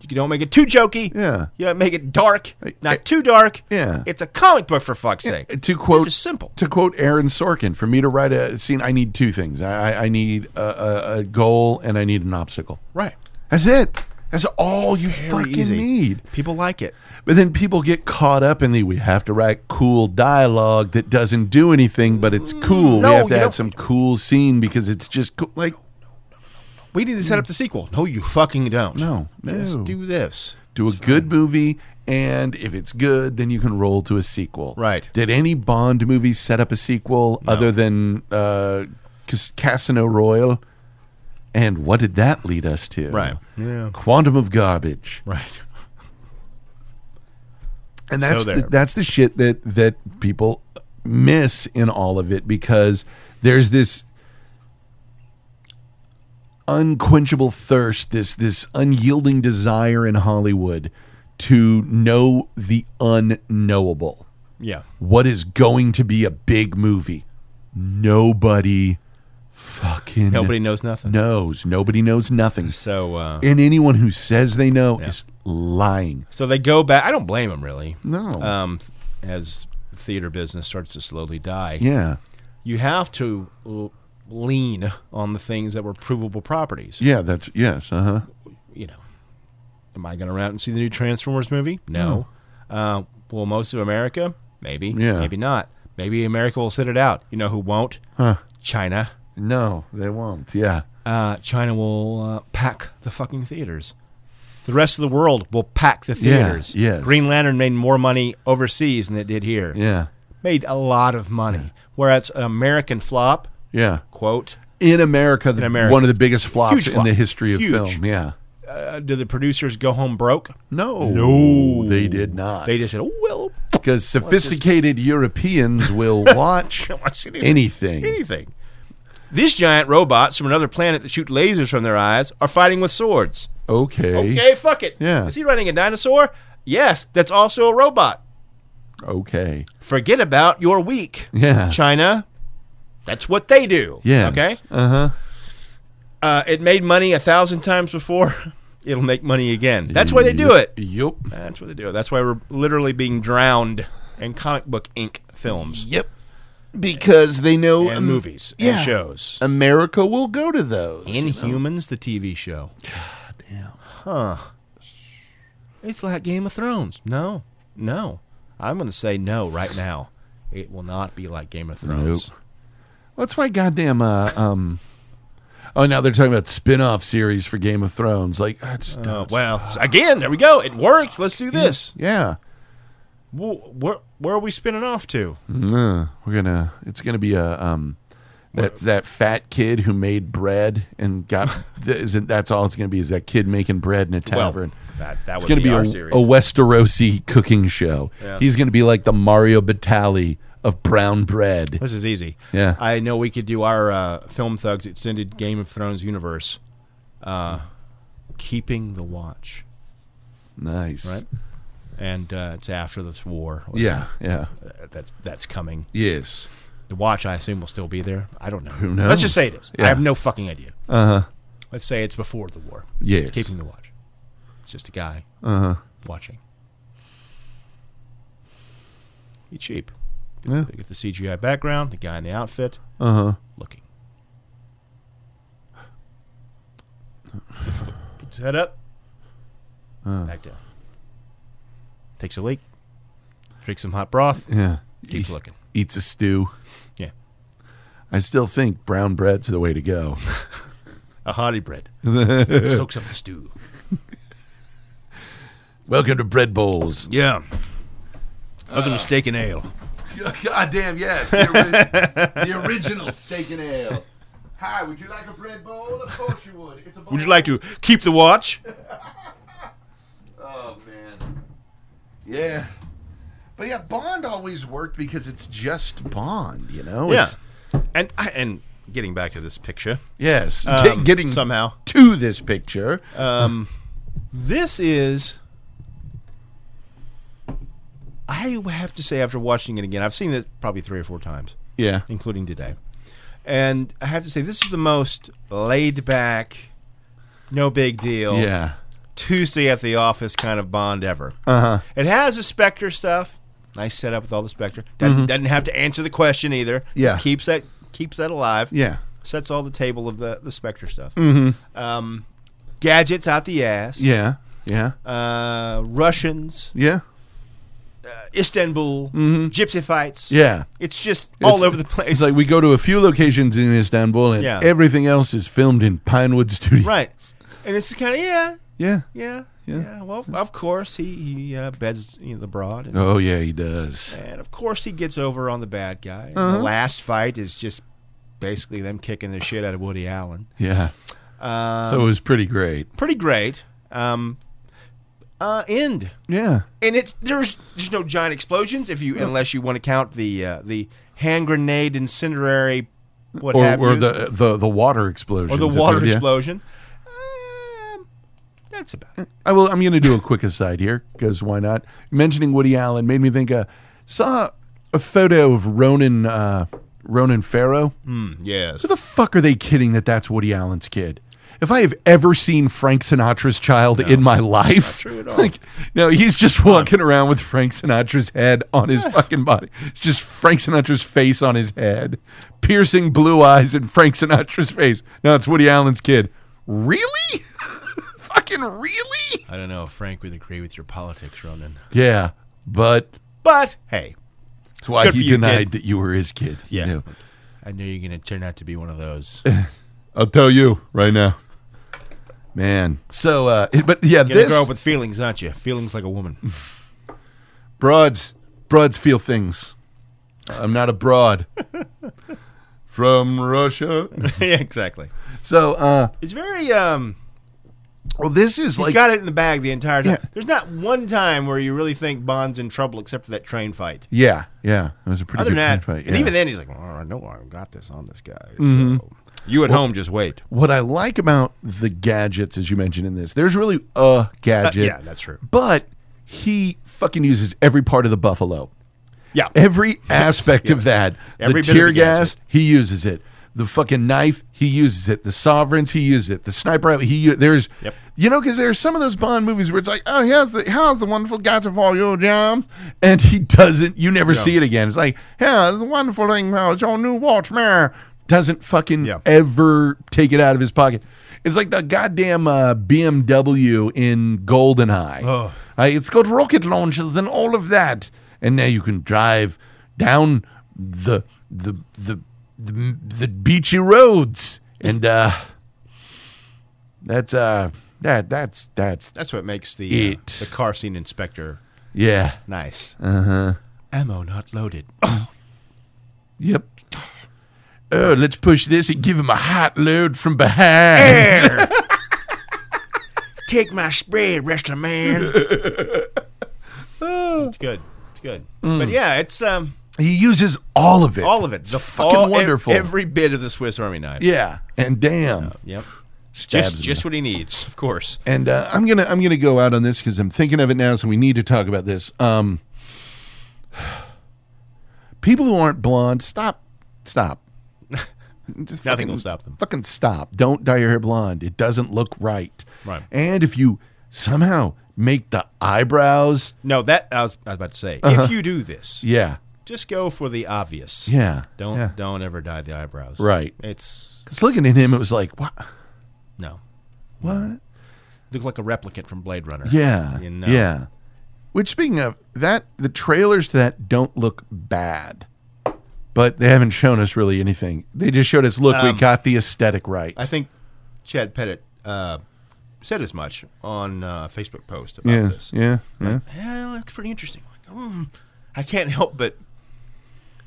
Speaker 3: You can don't make it too jokey.
Speaker 2: Yeah.
Speaker 3: You don't make it dark.
Speaker 2: I-
Speaker 3: Not too dark.
Speaker 2: Yeah. Eh,
Speaker 3: It's a comic book for fuck's sake.
Speaker 2: To quote,
Speaker 3: It's just simple.
Speaker 2: To quote Aaron Sorkin, for me to write a scene, I need two things. I, I- I need a, a, a goal and I need an obstacle.
Speaker 3: Right.
Speaker 2: That's it. That's all you
Speaker 3: Very
Speaker 2: fucking
Speaker 3: easy.
Speaker 2: need.
Speaker 3: People like it.
Speaker 2: But then people get caught up in the we have to write cool dialogue that doesn't do anything, but it's cool.
Speaker 3: No,
Speaker 2: we have to
Speaker 3: you
Speaker 2: add
Speaker 3: don't-
Speaker 2: some cool scene because it's just cool. like
Speaker 3: We need to set up the sequel. No, you fucking don't.
Speaker 2: no, no.
Speaker 3: Just
Speaker 2: do,
Speaker 3: do this.
Speaker 2: a good movie, and if it's good, then you can roll to a sequel.
Speaker 3: Right.
Speaker 2: Did any Bond movie set up a sequel other than uh, Cas- Casino Royale? And what did that lead us to?
Speaker 3: Right. Yeah.
Speaker 2: Quantum of Garbage.
Speaker 3: Right.
Speaker 2: and that's
Speaker 3: So
Speaker 2: the,
Speaker 3: there.
Speaker 2: that's the shit that that people miss in all of it because there's this unquenchable thirst this this unyielding desire in Hollywood to know the unknowable
Speaker 3: Yeah.
Speaker 2: what is going to be a big movie nobody fucking
Speaker 3: Nobody knows nothing.
Speaker 2: knows nobody knows nothing
Speaker 3: So uh,
Speaker 2: and anyone who says they know
Speaker 3: Yeah.
Speaker 2: is lying
Speaker 3: So they go back. I don't blame them really.
Speaker 2: no
Speaker 3: Um, as theater business starts to slowly die,
Speaker 2: yeah
Speaker 3: you have to l- lean on the things that were provable properties.
Speaker 2: yeah that's yes uh-huh
Speaker 3: You know, am I going to run out and see the new Transformers movie? No. Uh, will most of America? Maybe.
Speaker 2: Yeah.
Speaker 3: Maybe not. Maybe America will sit it out. You know who won't?
Speaker 2: Huh.
Speaker 3: China.
Speaker 2: No, they won't. Yeah.
Speaker 3: Uh, China will uh, pack the fucking theaters. The rest of the world will pack the
Speaker 2: Yeah,
Speaker 3: theaters.
Speaker 2: yes.
Speaker 3: Green Lantern made more money overseas than it did here.
Speaker 2: Yeah.
Speaker 3: made a lot of money. Whereas an American flop,
Speaker 2: Yeah.
Speaker 3: quote,
Speaker 2: In America, the,
Speaker 3: In America.
Speaker 2: one of the biggest flops
Speaker 3: Huge
Speaker 2: in
Speaker 3: flop.
Speaker 2: the history of
Speaker 3: Huge.
Speaker 2: film. Yeah.
Speaker 3: uh, do the producers go home broke?
Speaker 2: No. They did not.
Speaker 3: They just said, well,
Speaker 2: because sophisticated Europeans will watch
Speaker 3: watch anything.
Speaker 2: anything.
Speaker 3: anything. These giant robots from another planet that shoot lasers from their eyes are fighting with swords.
Speaker 2: Okay.
Speaker 3: Okay, fuck it.
Speaker 2: Yeah.
Speaker 3: Is he riding a dinosaur? Yes, that's also a robot.
Speaker 2: Okay.
Speaker 3: Forget about your week.
Speaker 2: Yeah.
Speaker 3: China, that's what they do.
Speaker 2: Uh. Yes.
Speaker 3: Okay.
Speaker 2: Uh huh.
Speaker 3: Uh, it made money a thousand times before. It'll make money again. That's why they do it.
Speaker 2: Yup.
Speaker 3: That's what they do. That's why we're literally being drowned in comic book ink films
Speaker 2: Yep. Because they know
Speaker 3: and
Speaker 2: Am-
Speaker 3: movies
Speaker 2: Mm. yeah.
Speaker 3: and shows.
Speaker 2: America will go to those.
Speaker 3: Inhumans, the TV show.
Speaker 2: Damn.
Speaker 3: It's like Game of Thrones. No, no. I'm going to say no right now. It will not be like Game of Thrones.
Speaker 2: Nope. That's why goddamn uh, um Oh now they're talking about spin off series for Game of Thrones. Like I just don't-
Speaker 3: Uh, well, again, there we go. It worked. Let's do this.
Speaker 2: Yeah.
Speaker 3: Wh- Where, where are we spinning off to?
Speaker 2: Mm, we're gonna it's gonna be a um that that fat kid who made bread and got th- isn't that's all it's gonna be is that kid making bread in a tavern.
Speaker 3: that, that
Speaker 2: it's
Speaker 3: would
Speaker 2: gonna
Speaker 3: be,
Speaker 2: be,
Speaker 3: our
Speaker 2: a,
Speaker 3: series.
Speaker 2: a Westerosi cooking show.
Speaker 3: Yeah.
Speaker 2: He's gonna be like the Mario Batali of brown bread.
Speaker 3: This is easy.
Speaker 2: Yeah.
Speaker 3: I know we could do our uh, Film Thugs extended Game of Thrones universe. Uh, keeping the watch.
Speaker 2: Nice.
Speaker 3: Right. And uh, it's after this war.
Speaker 2: Yeah, yeah.
Speaker 3: Uh, That's, that's coming.
Speaker 2: Yes.
Speaker 3: The watch, I assume, will still be there. I don't know. Who
Speaker 2: knows?
Speaker 3: Let's just say it is.
Speaker 2: Yeah.
Speaker 3: I have no fucking idea. Uh huh. Let's say it's before the war.
Speaker 2: Uh-huh. Yes.
Speaker 3: Keeping the watch. It's just a guy
Speaker 2: Uh huh.
Speaker 3: watching. Be cheap.
Speaker 2: Yeah.
Speaker 3: Get the CGI background, the guy in the outfit,
Speaker 2: Uh huh.
Speaker 3: looking. Puts his head up. Back down. Takes a leak. Drinks some hot broth.
Speaker 2: Yeah.
Speaker 3: Keeps looking.
Speaker 2: Eats a stew.
Speaker 3: Yeah.
Speaker 2: I still think brown bread's the way to go.
Speaker 3: A hottie bread. Soaks up the stew.
Speaker 2: Welcome to Bread Bowls.
Speaker 3: Yeah. Welcome to steak and ale.
Speaker 2: God damn, yes. The, ori- the original steak and ale. Hi, would you like a bread bowl? Of course you would. It's a bowl.
Speaker 3: Would you like to keep the watch?
Speaker 2: Oh, man. Yeah. But yeah, Bond always worked because it's just Bond, you know?
Speaker 3: yeah.
Speaker 2: It's-
Speaker 3: And I, and getting back to this picture
Speaker 2: yes.
Speaker 3: um,
Speaker 2: Get- getting
Speaker 3: somehow.
Speaker 2: to this picture.
Speaker 3: Um, this is. I have to say, after watching it again, I've seen it probably three or four times,
Speaker 2: yeah.
Speaker 3: including today. And I have to say, this is the most laid back, no big deal,
Speaker 2: Yeah.
Speaker 3: Tuesday at the office kind of Bond ever.
Speaker 2: Uh huh.
Speaker 3: It has the Spectre stuff. Nice setup with all the Spectre. Doesn't, doesn't have to answer the question either.
Speaker 2: Mm-hmm. Yeah.
Speaker 3: Just keeps that keeps that alive.
Speaker 2: Yeah. Mm.
Speaker 3: Sets all the table of the the Spectre stuff. Mm-hmm. Um, gadgets out the ass.
Speaker 2: Yeah. Yeah.
Speaker 3: Uh, Russians,
Speaker 2: Yeah.
Speaker 3: uh, Istanbul, gypsy fights.
Speaker 2: Mm-hmm. Yeah.
Speaker 3: It's just
Speaker 2: It's-
Speaker 3: all over the place.
Speaker 2: It's like we go to a few locations in Istanbul, and
Speaker 3: Yeah.
Speaker 2: everything else is filmed in Pinewood Studios.
Speaker 3: right. And it's kind of yeah,
Speaker 2: Yeah.
Speaker 3: yeah,
Speaker 2: Yeah.
Speaker 3: yeah, Well, of course he he uh, beds you know, the broad. And,
Speaker 2: Oh yeah, Uh-huh. he does.
Speaker 3: And of course, he gets over on the bad guy. And The last fight is just basically them kicking the shit out of Woody Allen.
Speaker 2: Yeah.
Speaker 3: Uh,
Speaker 2: so it was pretty great.
Speaker 3: pretty great. Um, uh, end.
Speaker 2: Yeah.
Speaker 3: And it there's there's no giant explosions if you unless you want to count the uh, the hand grenade incendiary what
Speaker 2: Or,
Speaker 3: have
Speaker 2: or
Speaker 3: you
Speaker 2: the the the water explosion.
Speaker 3: or the water explosion. Um, that's about it.
Speaker 2: I will. I'm going to do a quick aside here because why not? Mentioning Woody Allen made me think. Uh, saw a photo of Ronan uh, Ronan Farrow.
Speaker 3: Yes.
Speaker 2: Who the fuck are they kidding that that's Woody Allen's kid? If I have ever seen Frank Sinatra's child in my life,
Speaker 3: true at all.
Speaker 2: like no, he's just walking around with Frank Sinatra's head on his fucking body. It's just Frank Sinatra's face on his head, piercing blue eyes and Frank Sinatra's face. No, it's Woody Allen's kid. Really? fucking really?
Speaker 3: I don't know if Frank would agree with your politics, Ronan.
Speaker 2: Yeah, but
Speaker 3: But hey,
Speaker 2: that's why
Speaker 3: Good for
Speaker 2: he
Speaker 3: you,
Speaker 2: denied
Speaker 3: kid.
Speaker 2: that you were his kid. you
Speaker 3: Yeah.
Speaker 2: know.
Speaker 3: I know you're going to turn out to be one of those.
Speaker 2: I'll tell you right now, man. So, uh, it- but yeah,
Speaker 3: You're
Speaker 2: this
Speaker 3: gonna grow up with feelings, aren't you? Feelings like a woman.
Speaker 2: Broads, broads feel things. I'm not a broad. From Russia.
Speaker 3: yeah, exactly.
Speaker 2: So, uh,
Speaker 3: It's very um.
Speaker 2: well, this is
Speaker 3: He's
Speaker 2: like,
Speaker 3: got it in the bag the entire time.
Speaker 2: Yeah.
Speaker 3: There's not one time where you really think Bond's in trouble, except for that train fight.
Speaker 2: yeah, yeah, it was a pretty
Speaker 3: Other
Speaker 2: good
Speaker 3: than that,
Speaker 2: fight.
Speaker 3: and
Speaker 2: yeah. Mm-hmm.
Speaker 3: even then, he's like, oh, I know I got this on this guy. So. You at home, just wait.
Speaker 2: what I like about the gadgets, as you mentioned in this, there's really a gadget.
Speaker 3: Uh, yeah, that's true.
Speaker 2: But he fucking uses every part of the buffalo.
Speaker 3: Yeah,
Speaker 2: Every aspect of
Speaker 3: yes.
Speaker 2: that.
Speaker 3: Every bit
Speaker 2: the
Speaker 3: of
Speaker 2: tear
Speaker 3: the
Speaker 2: gas,
Speaker 3: gadget.
Speaker 2: he uses it. The fucking knife, he uses it. The sovereigns, he uses it. The sniper, he u- there's
Speaker 3: Yep.
Speaker 2: you know because there's some of those Bond movies where it's like, oh, here's the here's the wonderful gadget for your jam, and he doesn't. You never see it again. It's like, here's the wonderful thing about your new watch, man. Doesn't fucking
Speaker 3: Yeah.
Speaker 2: ever take it out of his pocket. It's like the goddamn uh, BMW in Goldeneye.
Speaker 3: Oh.
Speaker 2: Uh, it's got rocket launchers and all of that, and now you can drive down the the the the, the beachy roads, and uh, that's uh that that's that's
Speaker 3: that's what makes the uh,
Speaker 2: It.
Speaker 3: the car scene inspector
Speaker 2: yeah
Speaker 3: nice. Uh huh. Ammo not loaded.
Speaker 2: yep. Oh, let's push this and give him a hot load from behind.
Speaker 3: Take my spread, wrestler man. it's good. It's good.
Speaker 2: Mm.
Speaker 3: But yeah, it's um.
Speaker 2: He uses all of it.
Speaker 3: All of it.
Speaker 2: It's
Speaker 3: The
Speaker 2: fucking
Speaker 3: all- ev-
Speaker 2: wonderful.
Speaker 3: Every bit of the Swiss Army knife.
Speaker 2: yeah, and damn,
Speaker 3: Yep.
Speaker 2: stabs
Speaker 3: Just
Speaker 2: him.
Speaker 3: just what he needs, of course.
Speaker 2: and uh, I'm gonna I'm gonna go out on this because I'm thinking of it now, so we need to talk about this. Um, people who aren't blonde, stop, stop. Just
Speaker 3: Nothing will stop them.
Speaker 2: Fucking stop! Don't dye your hair blonde. It doesn't look right.
Speaker 3: Right.
Speaker 2: And if you somehow make the eyebrows,
Speaker 3: No, that I was, I was about to say. If you do this,
Speaker 2: yeah,
Speaker 3: just go for the obvious.
Speaker 2: Uh-huh. yeah,
Speaker 3: Don't
Speaker 2: yeah.
Speaker 3: don't ever dye the eyebrows.
Speaker 2: Right.
Speaker 3: It's
Speaker 2: 'Cause looking at him, it was like what?
Speaker 3: no.
Speaker 2: What?
Speaker 3: Look like a replicant from Blade Runner.
Speaker 2: Yeah.
Speaker 3: You know?
Speaker 2: Yeah. Which speaking of that, the trailers to that don't look bad. But they haven't shown us really anything. They just showed us, look, we got the aesthetic right.
Speaker 3: Um, I think Chad Pettit uh, said as much on uh, Facebook post about
Speaker 2: yeah,
Speaker 3: this.
Speaker 2: yeah, yeah.
Speaker 3: Yeah, that's pretty interesting. Like, mm, I can't help but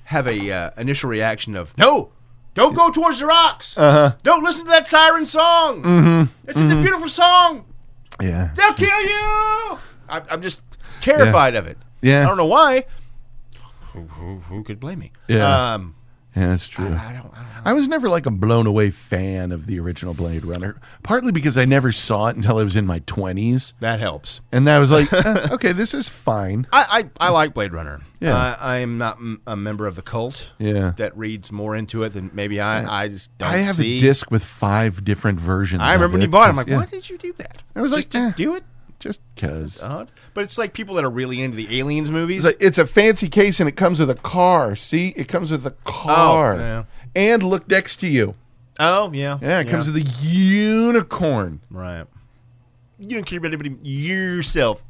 Speaker 3: have a uh, initial reaction of no, don't go towards the rocks.
Speaker 2: Uh-huh.
Speaker 3: Don't listen to that siren song. Mm-hmm. It's, it's a beautiful song.
Speaker 2: Yeah.
Speaker 3: They'll kill you. I, I'm just terrified of it.
Speaker 2: Yeah.
Speaker 3: I don't know why. Who, who, who could blame me?
Speaker 2: Yeah.
Speaker 3: Um,
Speaker 2: Yeah, that's true.
Speaker 3: I don't. I don't know.
Speaker 2: I was never like a blown away fan of the original Blade Runner, partly because I never saw it until I was in my 20s.
Speaker 3: That helps.
Speaker 2: And that was like, eh, okay, this is fine.
Speaker 3: I, I, I like Blade Runner.
Speaker 2: Yeah.
Speaker 3: Uh, I am not m- a member of the cult.
Speaker 2: Yeah.
Speaker 3: That reads more into it than maybe I. I just don't
Speaker 2: I have
Speaker 3: see.
Speaker 2: a disc with five different versions.
Speaker 3: I
Speaker 2: of
Speaker 3: remember when
Speaker 2: it,
Speaker 3: you bought it. I'm
Speaker 2: just-
Speaker 3: like,
Speaker 2: yeah,
Speaker 3: why did you do that?
Speaker 2: I was like,
Speaker 3: just to
Speaker 2: eh.
Speaker 3: do it.
Speaker 2: Just because.
Speaker 3: Odd. But it's like people that are really into the aliens movies.
Speaker 2: It's, like, it's a fancy case and it comes with a car. See, it comes with a car.
Speaker 3: yeah.
Speaker 2: And look next to you.
Speaker 3: oh yeah,
Speaker 2: Yeah, it comes with a unicorn.
Speaker 3: right. You don't care about anybody yourself,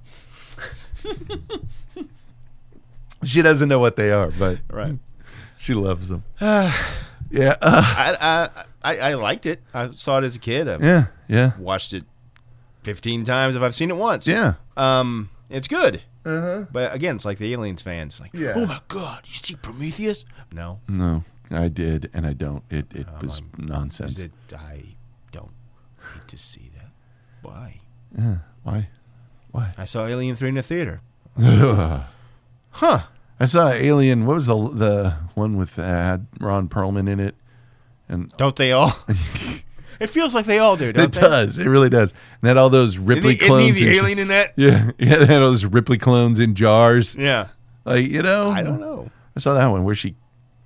Speaker 2: She doesn't know what they are, but
Speaker 3: right?
Speaker 2: she loves them. yeah. Uh,
Speaker 3: I, I I I liked it. I saw it as a kid. I've
Speaker 2: yeah. Yeah.
Speaker 3: watched it fifteen times if I've seen it once.
Speaker 2: Yeah.
Speaker 3: Um, it's good. Uh-huh. But again, it's like the aliens fans. Like,
Speaker 2: Yeah.
Speaker 3: oh my god, you see Prometheus? No,
Speaker 2: No, I did, and I don't. It it
Speaker 3: Um,
Speaker 2: was nonsense.
Speaker 3: That I don't need to see that. Why?
Speaker 2: Why? Why?
Speaker 3: I saw Alien Three in the theater.
Speaker 2: Huh? I saw Alien. What was the the one with uh, had Ron Perlman in it? And
Speaker 3: Don't they all? it feels like they all do. Don't
Speaker 2: it
Speaker 3: they?
Speaker 2: does. It really does. And that all those Ripley
Speaker 3: Isn't he, isn't he
Speaker 2: clones.
Speaker 3: the
Speaker 2: in-
Speaker 3: alien in that?
Speaker 2: Yeah, yeah. They had all those Ripley clones in jars.
Speaker 3: Yeah.
Speaker 2: Like you know,
Speaker 3: I don't know.
Speaker 2: I saw that one where she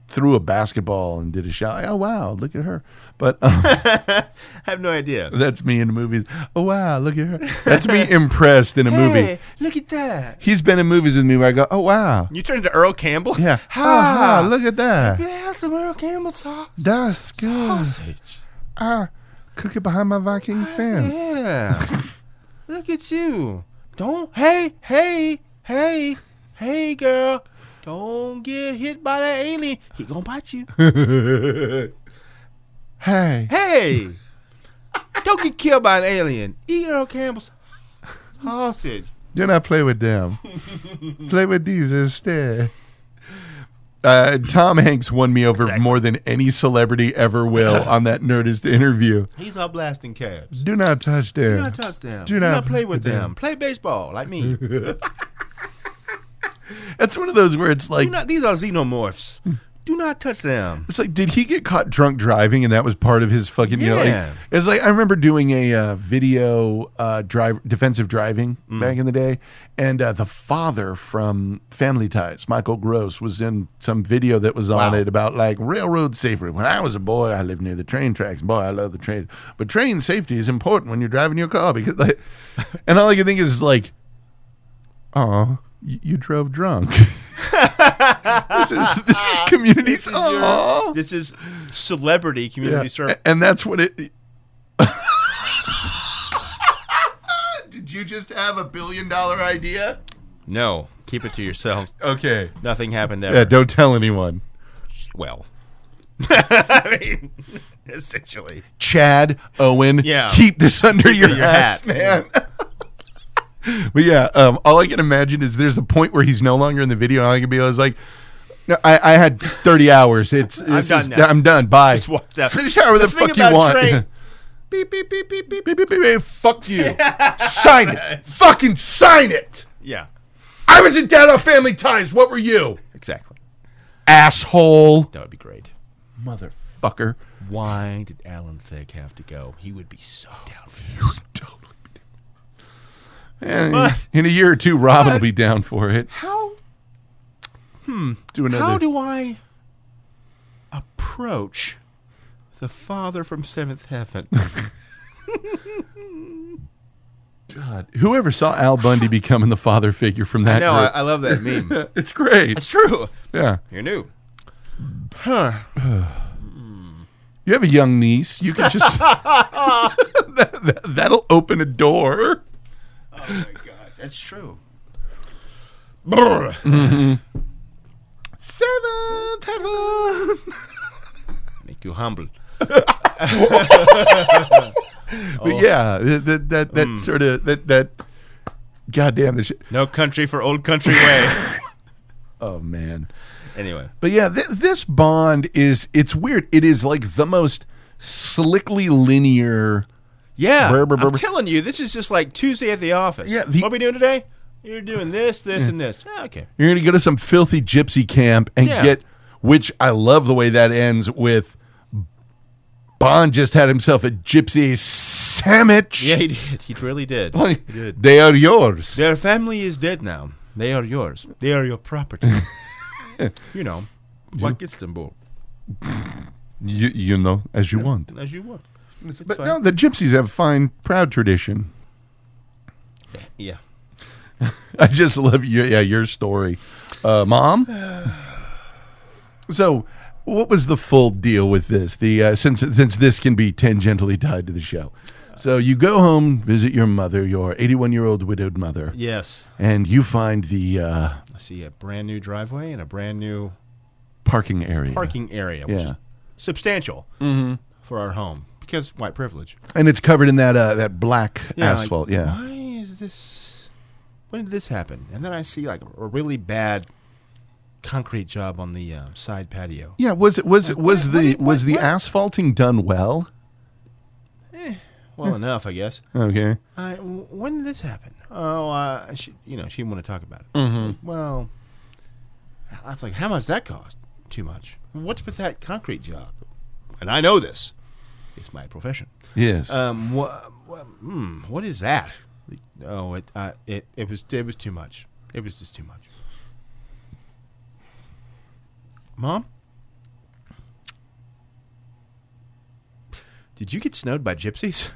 Speaker 2: threw a basketball and did a shot. Oh wow, look at her! But um,
Speaker 3: I have no idea.
Speaker 2: that's me in movies. Oh wow, look at her! That's me impressed in a movie.
Speaker 3: look at that.
Speaker 2: He's been in movies with me where I go, oh wow,
Speaker 3: You turned into Earl Campbell?
Speaker 2: Yeah.
Speaker 3: Ha!
Speaker 2: Ah, look at that.
Speaker 3: Yeah, some Earl Campbell sauce.
Speaker 2: That's good. Ah, cook it behind my Viking fan.
Speaker 3: Yeah. look at you. Don't. Hey, hey, hey, hey, girl. Don't get hit by that alien. He gonna bite you.
Speaker 2: Hey.
Speaker 3: Hey. Don't get killed by an alien. Eat Earl Campbell's sausage.
Speaker 2: Do not play with them. play with these instead. Uh, Tom Hanks won me over more than any celebrity ever will on that Nerdist interview.
Speaker 3: He's all blasting cabs.
Speaker 2: Do not touch them.
Speaker 3: Do not touch them.
Speaker 2: Do
Speaker 3: Do not,
Speaker 2: not
Speaker 3: play with them. Play baseball like me. Do
Speaker 2: That's one of those where it's like,
Speaker 3: not. These are xenomorphs. Do not touch them.
Speaker 2: it's like, did he get caught drunk driving and that was part of his fucking, you know,
Speaker 3: Yeah.
Speaker 2: like, it's like, I remember doing a uh, video uh, drive, defensive driving
Speaker 3: Mm.
Speaker 2: back in the day. And uh, the father from Family Ties, Michael Gross, was in some video that was on
Speaker 3: Wow.
Speaker 2: it about like railroad safety. When I was a boy, I lived near the train tracks. Boy, I love the train. But train safety is important when you're driving your car because, like, and all I can think is like, oh, you, you drove drunk. this is this is community.
Speaker 3: This is, your- Eh.
Speaker 2: Aw.
Speaker 3: this is celebrity community
Speaker 2: Yeah.
Speaker 3: service.
Speaker 2: A- And that's what it. Did you just have a billion dollar idea?
Speaker 3: No, keep it to yourself.
Speaker 2: Okay.
Speaker 3: Nothing happened ever.
Speaker 2: Yeah, don't tell anyone.
Speaker 3: well, I mean, essentially,
Speaker 2: Chad, Owen,
Speaker 3: Yeah.
Speaker 2: keep this under your,
Speaker 3: your
Speaker 2: hat,
Speaker 3: hat.
Speaker 2: man. but yeah, um, all I can imagine is there's a point where he's no longer in the video, and all I can be is like, no, I, I had 30 hours. It's, this
Speaker 3: done
Speaker 2: is-
Speaker 3: now.
Speaker 2: I'm done. Bye.
Speaker 3: Just walked out.
Speaker 2: Finish however the,
Speaker 3: The thing
Speaker 2: fuck you
Speaker 3: about
Speaker 2: want.
Speaker 3: train-
Speaker 2: beep, beep, beep, beep, beep, beep, beep, beep, beep. Fuck you. sign it. Fucking sign it.
Speaker 3: yeah,
Speaker 2: I was in Dad on Family Ties. What were you?
Speaker 3: exactly.
Speaker 2: Asshole.
Speaker 3: That would be great.
Speaker 2: Motherfucker.
Speaker 3: Why did Alan Thicke have to go? He would be so down for this.
Speaker 2: And
Speaker 3: But-
Speaker 2: in a year or two, Robin will be down for it.
Speaker 3: How
Speaker 2: Do another.
Speaker 3: How do I approach the father from Seventh Heaven?
Speaker 2: God, whoever saw Al Bundy becoming the father figure from that
Speaker 3: no, I,
Speaker 2: group,
Speaker 3: I love that meme.
Speaker 2: it's great.
Speaker 3: It's true.
Speaker 2: yeah,
Speaker 3: You're new.
Speaker 2: you have a young niece. You can just that, will open a door.
Speaker 3: Oh my god, that's true.
Speaker 2: Seventh heaven.
Speaker 3: Make you humble.
Speaker 2: But yeah, that that that, that sort of that that. goddamn this shit.
Speaker 3: No country for old country way.
Speaker 2: Oh man.
Speaker 3: Anyway,
Speaker 2: But yeah, th- this Bond is it's weird. It is like the most slickly linear.
Speaker 3: yeah,
Speaker 2: Brr, brr, brr,
Speaker 3: I'm
Speaker 2: brr.
Speaker 3: telling you, this is just like Tuesday at the office.
Speaker 2: Yeah, the-
Speaker 3: what are we doing today? You're doing this, this, and this. Ah, okay,
Speaker 2: You're going to go to some filthy gypsy camp and
Speaker 3: Yeah.
Speaker 2: get which I love the way that ends with Bond just had himself a gypsy sandwich.
Speaker 3: yeah, he did. He really did.
Speaker 2: Like,
Speaker 3: He did.
Speaker 2: they are yours.
Speaker 3: Their family is dead now. They are yours. They are your property. you know, like Istanbul,
Speaker 2: You, you know, as you want.
Speaker 3: as you want. It's
Speaker 2: But
Speaker 3: fine.
Speaker 2: no, the gypsies have a fine, proud tradition.
Speaker 3: yeah.
Speaker 2: I just love your yeah your story, uh, mom. So, what was the full deal with this? The uh, since since this can be tangentially tied to the show, so you go home, visit your mother, your eighty-one year old widowed mother,
Speaker 3: Yes,
Speaker 2: and you find the uh,
Speaker 3: I see a brand new driveway and a brand new
Speaker 2: parking area,
Speaker 3: parking area, which
Speaker 2: yeah, Mm-hmm.
Speaker 3: is substantial for our home because white privilege.
Speaker 2: and it's covered in that uh, that black asphalt,
Speaker 3: like,
Speaker 2: yeah.
Speaker 3: Why is this? When did this happen? And then I see like a really bad concrete job on the uh, side patio.
Speaker 2: Yeah, was it was it was
Speaker 3: what-
Speaker 2: the
Speaker 3: what-
Speaker 2: was the
Speaker 3: what-
Speaker 2: asphalting done well?
Speaker 3: Eh,
Speaker 2: Hmm.
Speaker 3: Well enough, I guess.
Speaker 2: Okay,
Speaker 3: I, w- when did this happen? Oh, uh, she, you know, she didn't want to talk about it.
Speaker 2: Mm-hmm.
Speaker 3: Well, I was like, how much that cost? Too much. What's with that concrete job? And I know this. It's my profession.
Speaker 2: yes,
Speaker 3: Um, what, what, hmm, what is that? Like, oh, it, uh, it, it was, it was too much. It was just too much. Mom, did you get snowed by gypsies?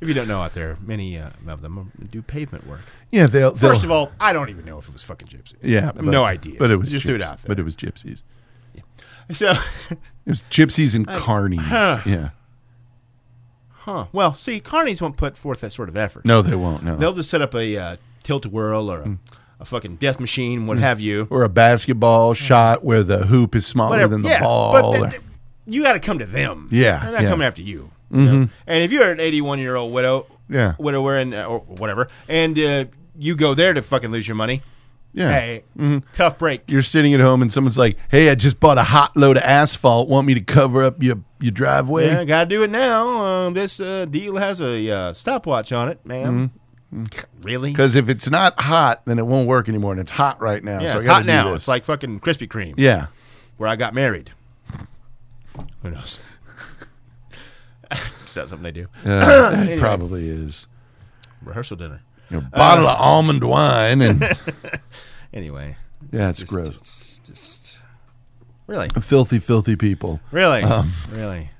Speaker 3: if you don't know out there, many uh, of them do pavement work.
Speaker 2: yeah. They'll, they'll
Speaker 3: First of all, I don't even know if it was fucking gypsies.
Speaker 2: yeah,
Speaker 3: I have no idea.
Speaker 2: But it was
Speaker 3: just
Speaker 2: gypsies,
Speaker 3: threw it out there.
Speaker 2: But it was gypsies.
Speaker 3: so.
Speaker 2: It was gypsies and carnies. yeah.
Speaker 3: Huh. Well, see, carnies won't put forth that sort of effort.
Speaker 2: No, they won't. No.
Speaker 3: Uh-huh. They'll just set up a uh, tilt-a-whirl or a, a fucking death machine, what have you.
Speaker 2: Mm. or a basketball shot where the hoop is smaller
Speaker 3: Whatever.
Speaker 2: than the
Speaker 3: yeah,
Speaker 2: ball.
Speaker 3: but th-
Speaker 2: or-
Speaker 3: th- you got to come to them.
Speaker 2: Yeah,
Speaker 3: they're not
Speaker 2: yeah. Mm-hmm.
Speaker 3: coming after you. you know? And if you're an 81 year old widow,
Speaker 2: Yeah.
Speaker 3: widower and uh, or whatever, and uh, you go there to fucking lose your money,
Speaker 2: yeah. Mm-hmm.
Speaker 3: hey, tough break.
Speaker 2: You're sitting at home and someone's like, "Hey, I just bought a hot load of asphalt. Want me to cover up your your driveway?"
Speaker 3: Yeah, gotta do it now. Uh, this uh, deal has a uh, stopwatch on it, ma'am.
Speaker 2: Mm-hmm. Mm.
Speaker 3: Really?
Speaker 2: Because if it's not hot, then it won't work anymore, and it's hot right now.
Speaker 3: Yeah,
Speaker 2: so I
Speaker 3: it's
Speaker 2: gotta
Speaker 3: hot
Speaker 2: do
Speaker 3: now.
Speaker 2: this.
Speaker 3: It's like fucking Krispy Kreme.
Speaker 2: yeah,
Speaker 3: where I got married. Who knows? Is that something they do?
Speaker 2: Uh, it probably is.
Speaker 3: Rehearsal dinner.
Speaker 2: You know, bottle
Speaker 3: Uh,
Speaker 2: of almond wine, and
Speaker 3: Anyway,
Speaker 2: yeah, it's
Speaker 3: just,
Speaker 2: gross.
Speaker 3: Just, just- really,
Speaker 2: filthy, filthy people.
Speaker 3: really,
Speaker 2: Um.
Speaker 3: really,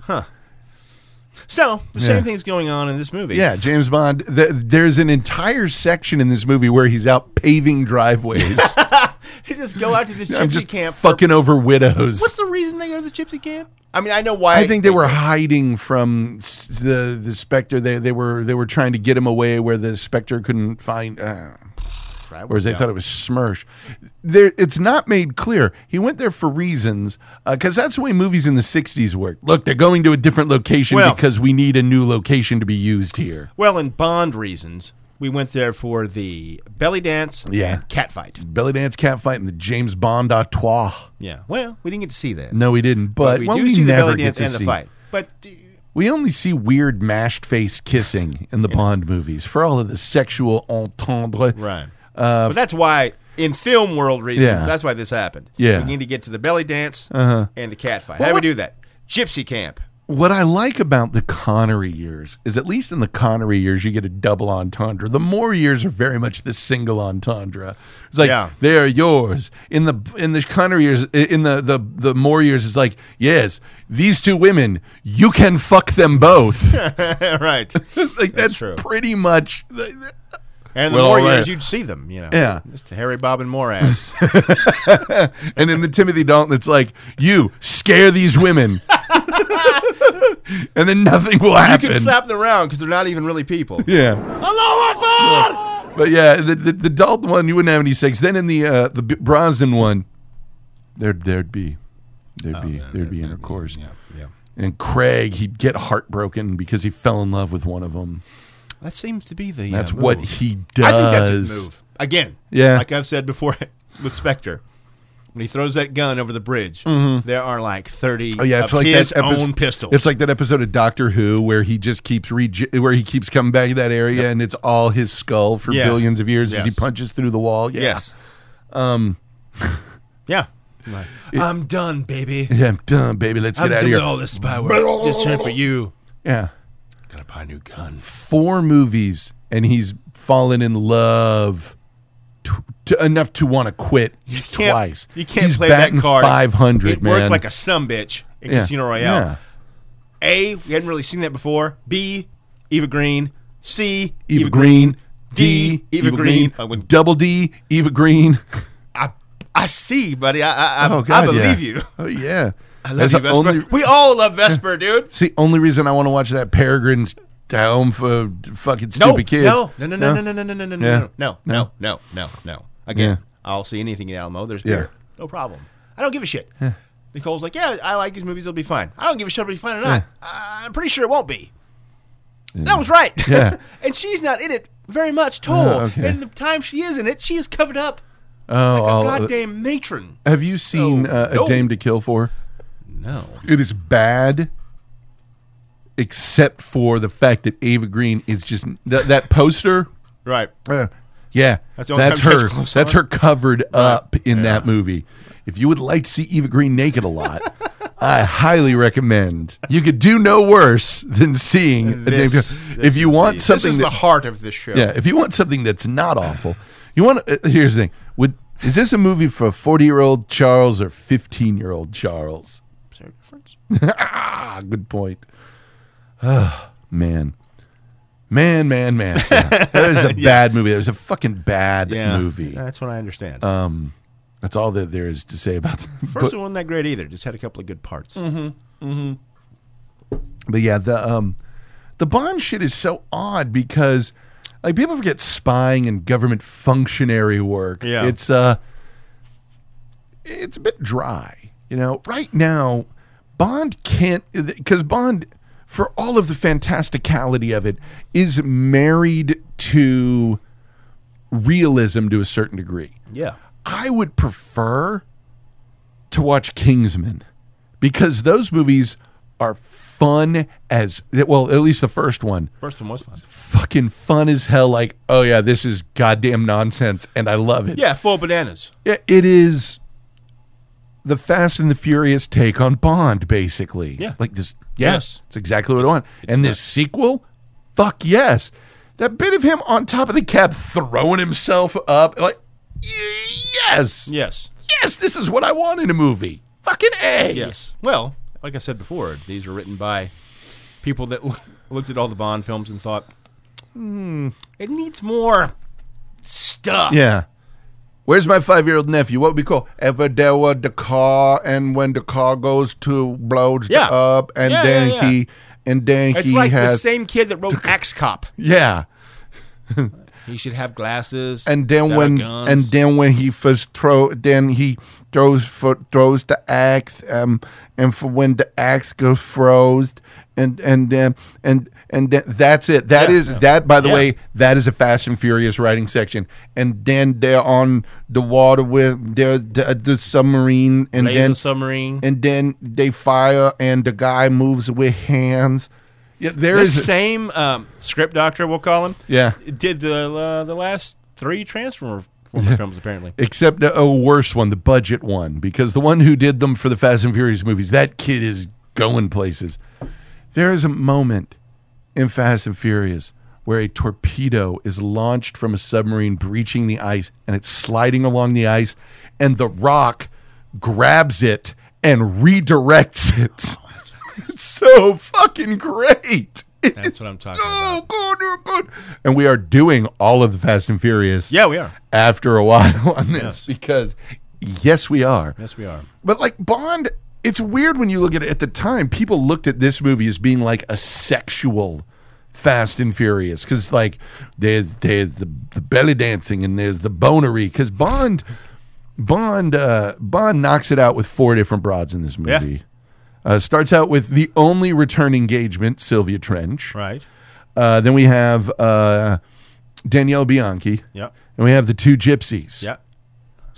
Speaker 3: huh? So the
Speaker 2: Yeah.
Speaker 3: same thing's going on in this movie.
Speaker 2: Yeah, James Bond. Th- there's an entire section in this movie where he's out paving driveways.
Speaker 3: they just go out to this
Speaker 2: I'm
Speaker 3: gypsy
Speaker 2: just
Speaker 3: camp. for-
Speaker 2: fucking over widows.
Speaker 3: what's the reason they go to this gypsy camp? I mean, I know why.
Speaker 2: I think they were hiding from s- the the specter. They they were they were trying to get him away where the specter couldn't find. Uh, whereas they thought it was Smirsh. There, it's not made clear. He went there for reasons because that's the way movies in the '60s worked. Look, they're going to a different location
Speaker 3: Well-
Speaker 2: because we need a new location to be used here.
Speaker 3: well in Bond reasons. We went there for the belly dance,
Speaker 2: Yeah.
Speaker 3: and cat fight.
Speaker 2: Belly dance catfight and the James Bond autois.
Speaker 3: Yeah, well, we didn't get to see that.
Speaker 2: No, we didn't. But,
Speaker 3: we
Speaker 2: well,
Speaker 3: do
Speaker 2: we
Speaker 3: see the
Speaker 2: never
Speaker 3: belly
Speaker 2: get
Speaker 3: dance
Speaker 2: to
Speaker 3: and the
Speaker 2: see-
Speaker 3: fight. But uh,
Speaker 2: We only see weird mashed face kissing in the Bond movies for all of the sexual entendre.
Speaker 3: Right. but that's why, in film world reasons,
Speaker 2: Uh, Yeah.
Speaker 3: that's why this happened.
Speaker 2: Yeah. Uh-huh.
Speaker 3: We need to get to the belly dance and the cat fight. How
Speaker 2: Well,
Speaker 3: do we
Speaker 2: what-
Speaker 3: do that? Gypsy camp.
Speaker 2: What I like about the Connery years is at least in the Connery years, you get a double entendre. The Moore years are very much the single entendre. It's like,
Speaker 3: Yeah.
Speaker 2: they are yours. In the in the Connery years, in the, the, the Moore years, it's like, yes, these two women, you can fuck them both.
Speaker 3: right.
Speaker 2: like, that's,
Speaker 3: true.
Speaker 2: pretty much. the-
Speaker 3: And the
Speaker 2: Well,
Speaker 3: more
Speaker 2: all
Speaker 3: years
Speaker 2: right.
Speaker 3: you'd see them, you know.
Speaker 2: Yeah.
Speaker 3: Just Harry, Bob, and Morass.
Speaker 2: And in the Timothy Dalton, it's like, you scare these women. and then nothing will
Speaker 3: you
Speaker 2: happen.
Speaker 3: can slap them around because they're not even really people.
Speaker 2: yeah. But yeah, the, the, the Dalton one, you wouldn't have any sex. Then in the uh, the B- Brosnan one, there'd, there'd be. There'd be Oh, there'd be intercourse,
Speaker 3: Yeah, yeah.
Speaker 2: and Craig he'd get heartbroken because he fell in love with one of them.
Speaker 3: That seems to be the.
Speaker 2: That's
Speaker 3: uh,
Speaker 2: what
Speaker 3: move.
Speaker 2: he does.
Speaker 3: I think that's his move. again.
Speaker 2: Yeah.
Speaker 3: Like I've said before with Spectre. When he throws that gun over the bridge, there are like thirty
Speaker 2: Mm-hmm. Oh yeah, it's
Speaker 3: of
Speaker 2: like
Speaker 3: his
Speaker 2: that epi-
Speaker 3: own pistols.
Speaker 2: It's like that episode of Doctor Who where he just keeps re- where he keeps coming back to that area, and it's all his skull for
Speaker 3: Yeah.
Speaker 2: billions of years as he
Speaker 3: Yes.
Speaker 2: punches through the wall. Yeah.
Speaker 3: yes, um, yeah. I'm done, baby.
Speaker 2: yeah, I'm done, baby. Let's
Speaker 3: I'm
Speaker 2: get out of
Speaker 3: doing
Speaker 2: here.
Speaker 3: all this spy work. Just turn for you.
Speaker 2: Yeah,
Speaker 3: Gotta buy a new gun.
Speaker 2: four movies, and he's fallen in love. To, to, enough to want to quit
Speaker 3: can't-
Speaker 2: twice.
Speaker 3: You can't
Speaker 2: He's
Speaker 3: play that
Speaker 2: batting
Speaker 3: card.
Speaker 2: Five hundred,
Speaker 3: It
Speaker 2: man.
Speaker 3: worked like a some bitch in
Speaker 2: Yeah.
Speaker 3: Casino Royale.
Speaker 2: Yeah.
Speaker 3: A, we hadn't really seen that before. B, Eva Green. C,
Speaker 2: Eva, Green,
Speaker 3: D, Eva, Green. I, went-
Speaker 2: Double D, Eva Green.
Speaker 3: I, I see, buddy. I, I, I,
Speaker 2: Oh
Speaker 3: I
Speaker 2: God, yeah.
Speaker 3: believe you.
Speaker 2: Oh yeah,
Speaker 3: I love you,
Speaker 2: the
Speaker 3: Vesper.
Speaker 2: only-
Speaker 3: we all love Vesper, dude.
Speaker 2: It's the only reason I want to watch that Peregrine's Home for Fucking Stupid
Speaker 3: No,
Speaker 2: Kids.
Speaker 3: no, no, no, no, no, no, no, no, no, no,
Speaker 2: Yeah.
Speaker 3: no, no, no, no, no, no. Again, I'll see anything in Alamo. There's beer, no problem. I don't give a shit. Nicole's like, yeah, I like these movies. It'll be fine. I don't give a shit if it'll be fine or not. I- I'm pretty sure it won't be. And I was right.
Speaker 2: Yeah. Oh,
Speaker 3: and she's not in it very much at all.
Speaker 2: okay.
Speaker 3: And the time she is in it, she is covered up
Speaker 2: Oh,
Speaker 3: like a
Speaker 2: I'll-
Speaker 3: goddamn matron.
Speaker 2: have you seen
Speaker 3: No,
Speaker 2: uh,
Speaker 3: no.
Speaker 2: A Dame to Kill For?
Speaker 3: No.
Speaker 2: It is bad, except for the fact that Ava Green is just th- that poster.
Speaker 3: Right.
Speaker 2: uh, yeah, that's,
Speaker 3: That's the only time she
Speaker 2: her.
Speaker 3: gets close
Speaker 2: That's
Speaker 3: on.
Speaker 2: her covered up in that movie. If you would like to see Eva Green naked a lot, I highly recommend. You could do no worse than seeing. A Dame
Speaker 3: This,
Speaker 2: to-
Speaker 3: this
Speaker 2: if you
Speaker 3: is
Speaker 2: want
Speaker 3: the,
Speaker 2: something
Speaker 3: This is
Speaker 2: that,
Speaker 3: the heart of the show.
Speaker 2: Yeah, if you want something that's not awful, you want. Uh, here's the thing: would is this a movie for forty year old Charles or fifteen year old Charles?
Speaker 3: Is there a difference?
Speaker 2: Ah, good point. Ah, man, man, man, man. That was a bad movie. That was a fucking bad movie. Um,
Speaker 3: That's what I understand.
Speaker 2: That's all that there is to say about. The,
Speaker 3: First
Speaker 2: but, Mm-hmm.
Speaker 3: one wasn't that great either. Just had a couple of good parts.
Speaker 2: but yeah, the um, the Bond shit is so odd because like people forget spying and government functionary work.
Speaker 3: Yeah.
Speaker 2: it's uh, it's a bit dry. You know, right now, Bond can't because Bond, for all of the fantasticality of it, is married to realism to a certain degree.
Speaker 3: Yeah.
Speaker 2: I would prefer to watch Kingsman because those movies are fun as well, at least the first one.
Speaker 3: First one was fun.
Speaker 2: Fucking fun as hell. Like, oh yeah, this is goddamn nonsense and I love it.
Speaker 3: Yeah, full bananas.
Speaker 2: Yeah, It is the Fast and the Furious take on Bond, basically.
Speaker 3: Yeah.
Speaker 2: Like this yeah,
Speaker 3: Yes.
Speaker 2: It's exactly what I want. and this sequel? Fuck yes. That bit of him on top of the cab throwing himself up like y- yes
Speaker 3: Yes.
Speaker 2: yes, this is what I want in a movie. Fucking A.
Speaker 3: Yes. Well, like I said before, these are written by people that looked at all the Bond films and thought, hmm, it needs more stuff.
Speaker 2: Yeah. Where's my five year old nephew? What would be cool? Ever there were the car, and when the car goes to blows
Speaker 3: Yeah.
Speaker 2: up, and
Speaker 3: Yeah,
Speaker 2: then
Speaker 3: yeah, yeah.
Speaker 2: he, and then
Speaker 3: It's
Speaker 2: he
Speaker 3: like the
Speaker 2: has,
Speaker 3: same kid that wrote Axe Cop.
Speaker 2: yeah,
Speaker 3: He should have glasses.
Speaker 2: and then
Speaker 3: that are
Speaker 2: when,
Speaker 3: guns.
Speaker 2: and then when he first throw, then he throws for, throws the axe, um, and for when the axe goes froze, and and then and and then that's it. That
Speaker 3: Yeah,
Speaker 2: is
Speaker 3: yeah.
Speaker 2: that. By the
Speaker 3: Yeah.
Speaker 2: way, that is a Fast and Furious writing section, and then they're on the water with the the, the submarine, and
Speaker 3: Laser
Speaker 2: then
Speaker 3: submarine.
Speaker 2: and then they fire, and the guy moves with hands. Yeah, there
Speaker 3: the
Speaker 2: is
Speaker 3: same um, script doctor, we'll call him.
Speaker 2: Yeah.
Speaker 3: Did the uh, the last three Transformer Transformer films apparently.
Speaker 2: except a, a worse one, the budget one, because the one who did them for the Fast and Furious movies, that kid is going places. There is a moment in Fast and Furious where a torpedo is launched from a submarine breaching the ice and it's sliding along the ice, and the rock grabs it and redirects it. it's so fucking great.
Speaker 3: That's what I'm talking about.
Speaker 2: Oh, good, oh, good. And we are doing all of the Fast and Furious
Speaker 3: Yeah, we are.
Speaker 2: after a while on this because yes we are
Speaker 3: Yes, we are.
Speaker 2: but like bond it's weird when you look at it at the time people looked at this movie as being like a sexual fast and furious because like there's there's the, the belly dancing and there's the bonery because bond bond uh bond knocks it out with four different broads in this
Speaker 3: Yeah.
Speaker 2: movie uh, starts out with the only return engagement sylvia trench
Speaker 3: Right.
Speaker 2: uh, then we have uh danielle bianchi
Speaker 3: Yep.
Speaker 2: and we have the two gypsies.
Speaker 3: Yeah.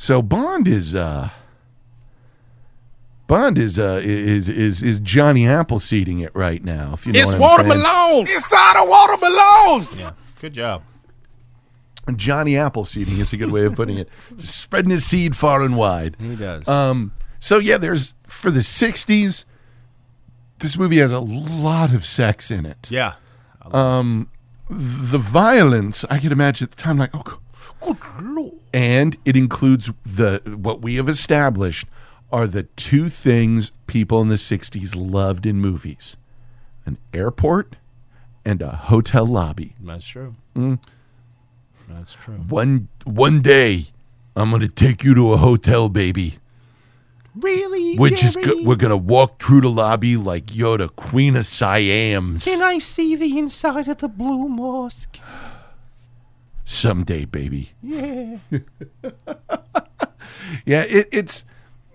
Speaker 2: So Bond is uh Bond is uh is is is Johnny Appleseeding it right now. If you know what I'm saying.
Speaker 5: Inside of water Malone.
Speaker 3: Yeah. Good job.
Speaker 2: Johnny Appleseeding is a good way of putting it. Just spreading his seed far and wide.
Speaker 3: He does.
Speaker 2: Um, so yeah, there's for the '60s. This movie has a lot of sex in it.
Speaker 3: yeah.
Speaker 2: The violence I could imagine at the time, like oh, good lord. And it includes the what we have established are the two things people in the '60s loved in movies: an airport and a hotel lobby.
Speaker 3: That's true.
Speaker 2: Mm.
Speaker 3: That's true.
Speaker 2: One one day, I'm gonna take you to a hotel, baby.
Speaker 3: Really?
Speaker 2: We're just go- we're gonna walk through the lobby like you're the queen of Siams
Speaker 3: I see the inside of the Blue Mosque?
Speaker 2: someday, baby. Yeah, yeah. It, it's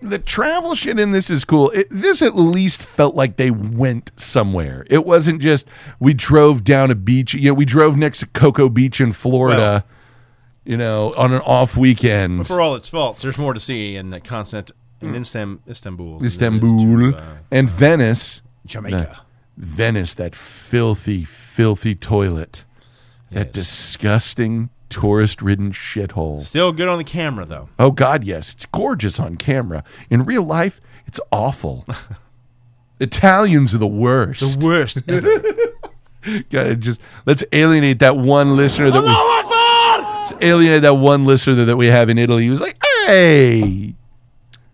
Speaker 2: the travel shit in this is cool. It, this at least felt like they went somewhere. It wasn't just we drove down a beach. You know, we drove next to Cocoa Beach in Florida. you know, on an off weekend.
Speaker 3: For all its faults, there's more to see in the constant in Istan- Istanbul. than there is
Speaker 2: Mm. Istanbul
Speaker 3: to, uh,
Speaker 2: and Venice.
Speaker 3: Jamaica.
Speaker 2: Venice, that filthy, filthy toilet. That disgusting tourist ridden shithole.
Speaker 3: Still good on the camera though.
Speaker 2: Oh, God, yes. It's gorgeous on camera. In real life, it's awful. Italians are the worst.
Speaker 3: worst.
Speaker 2: Gotta just let's alienate that one listener that we Let's alienate that one listener that we have in Italy who's like, hey,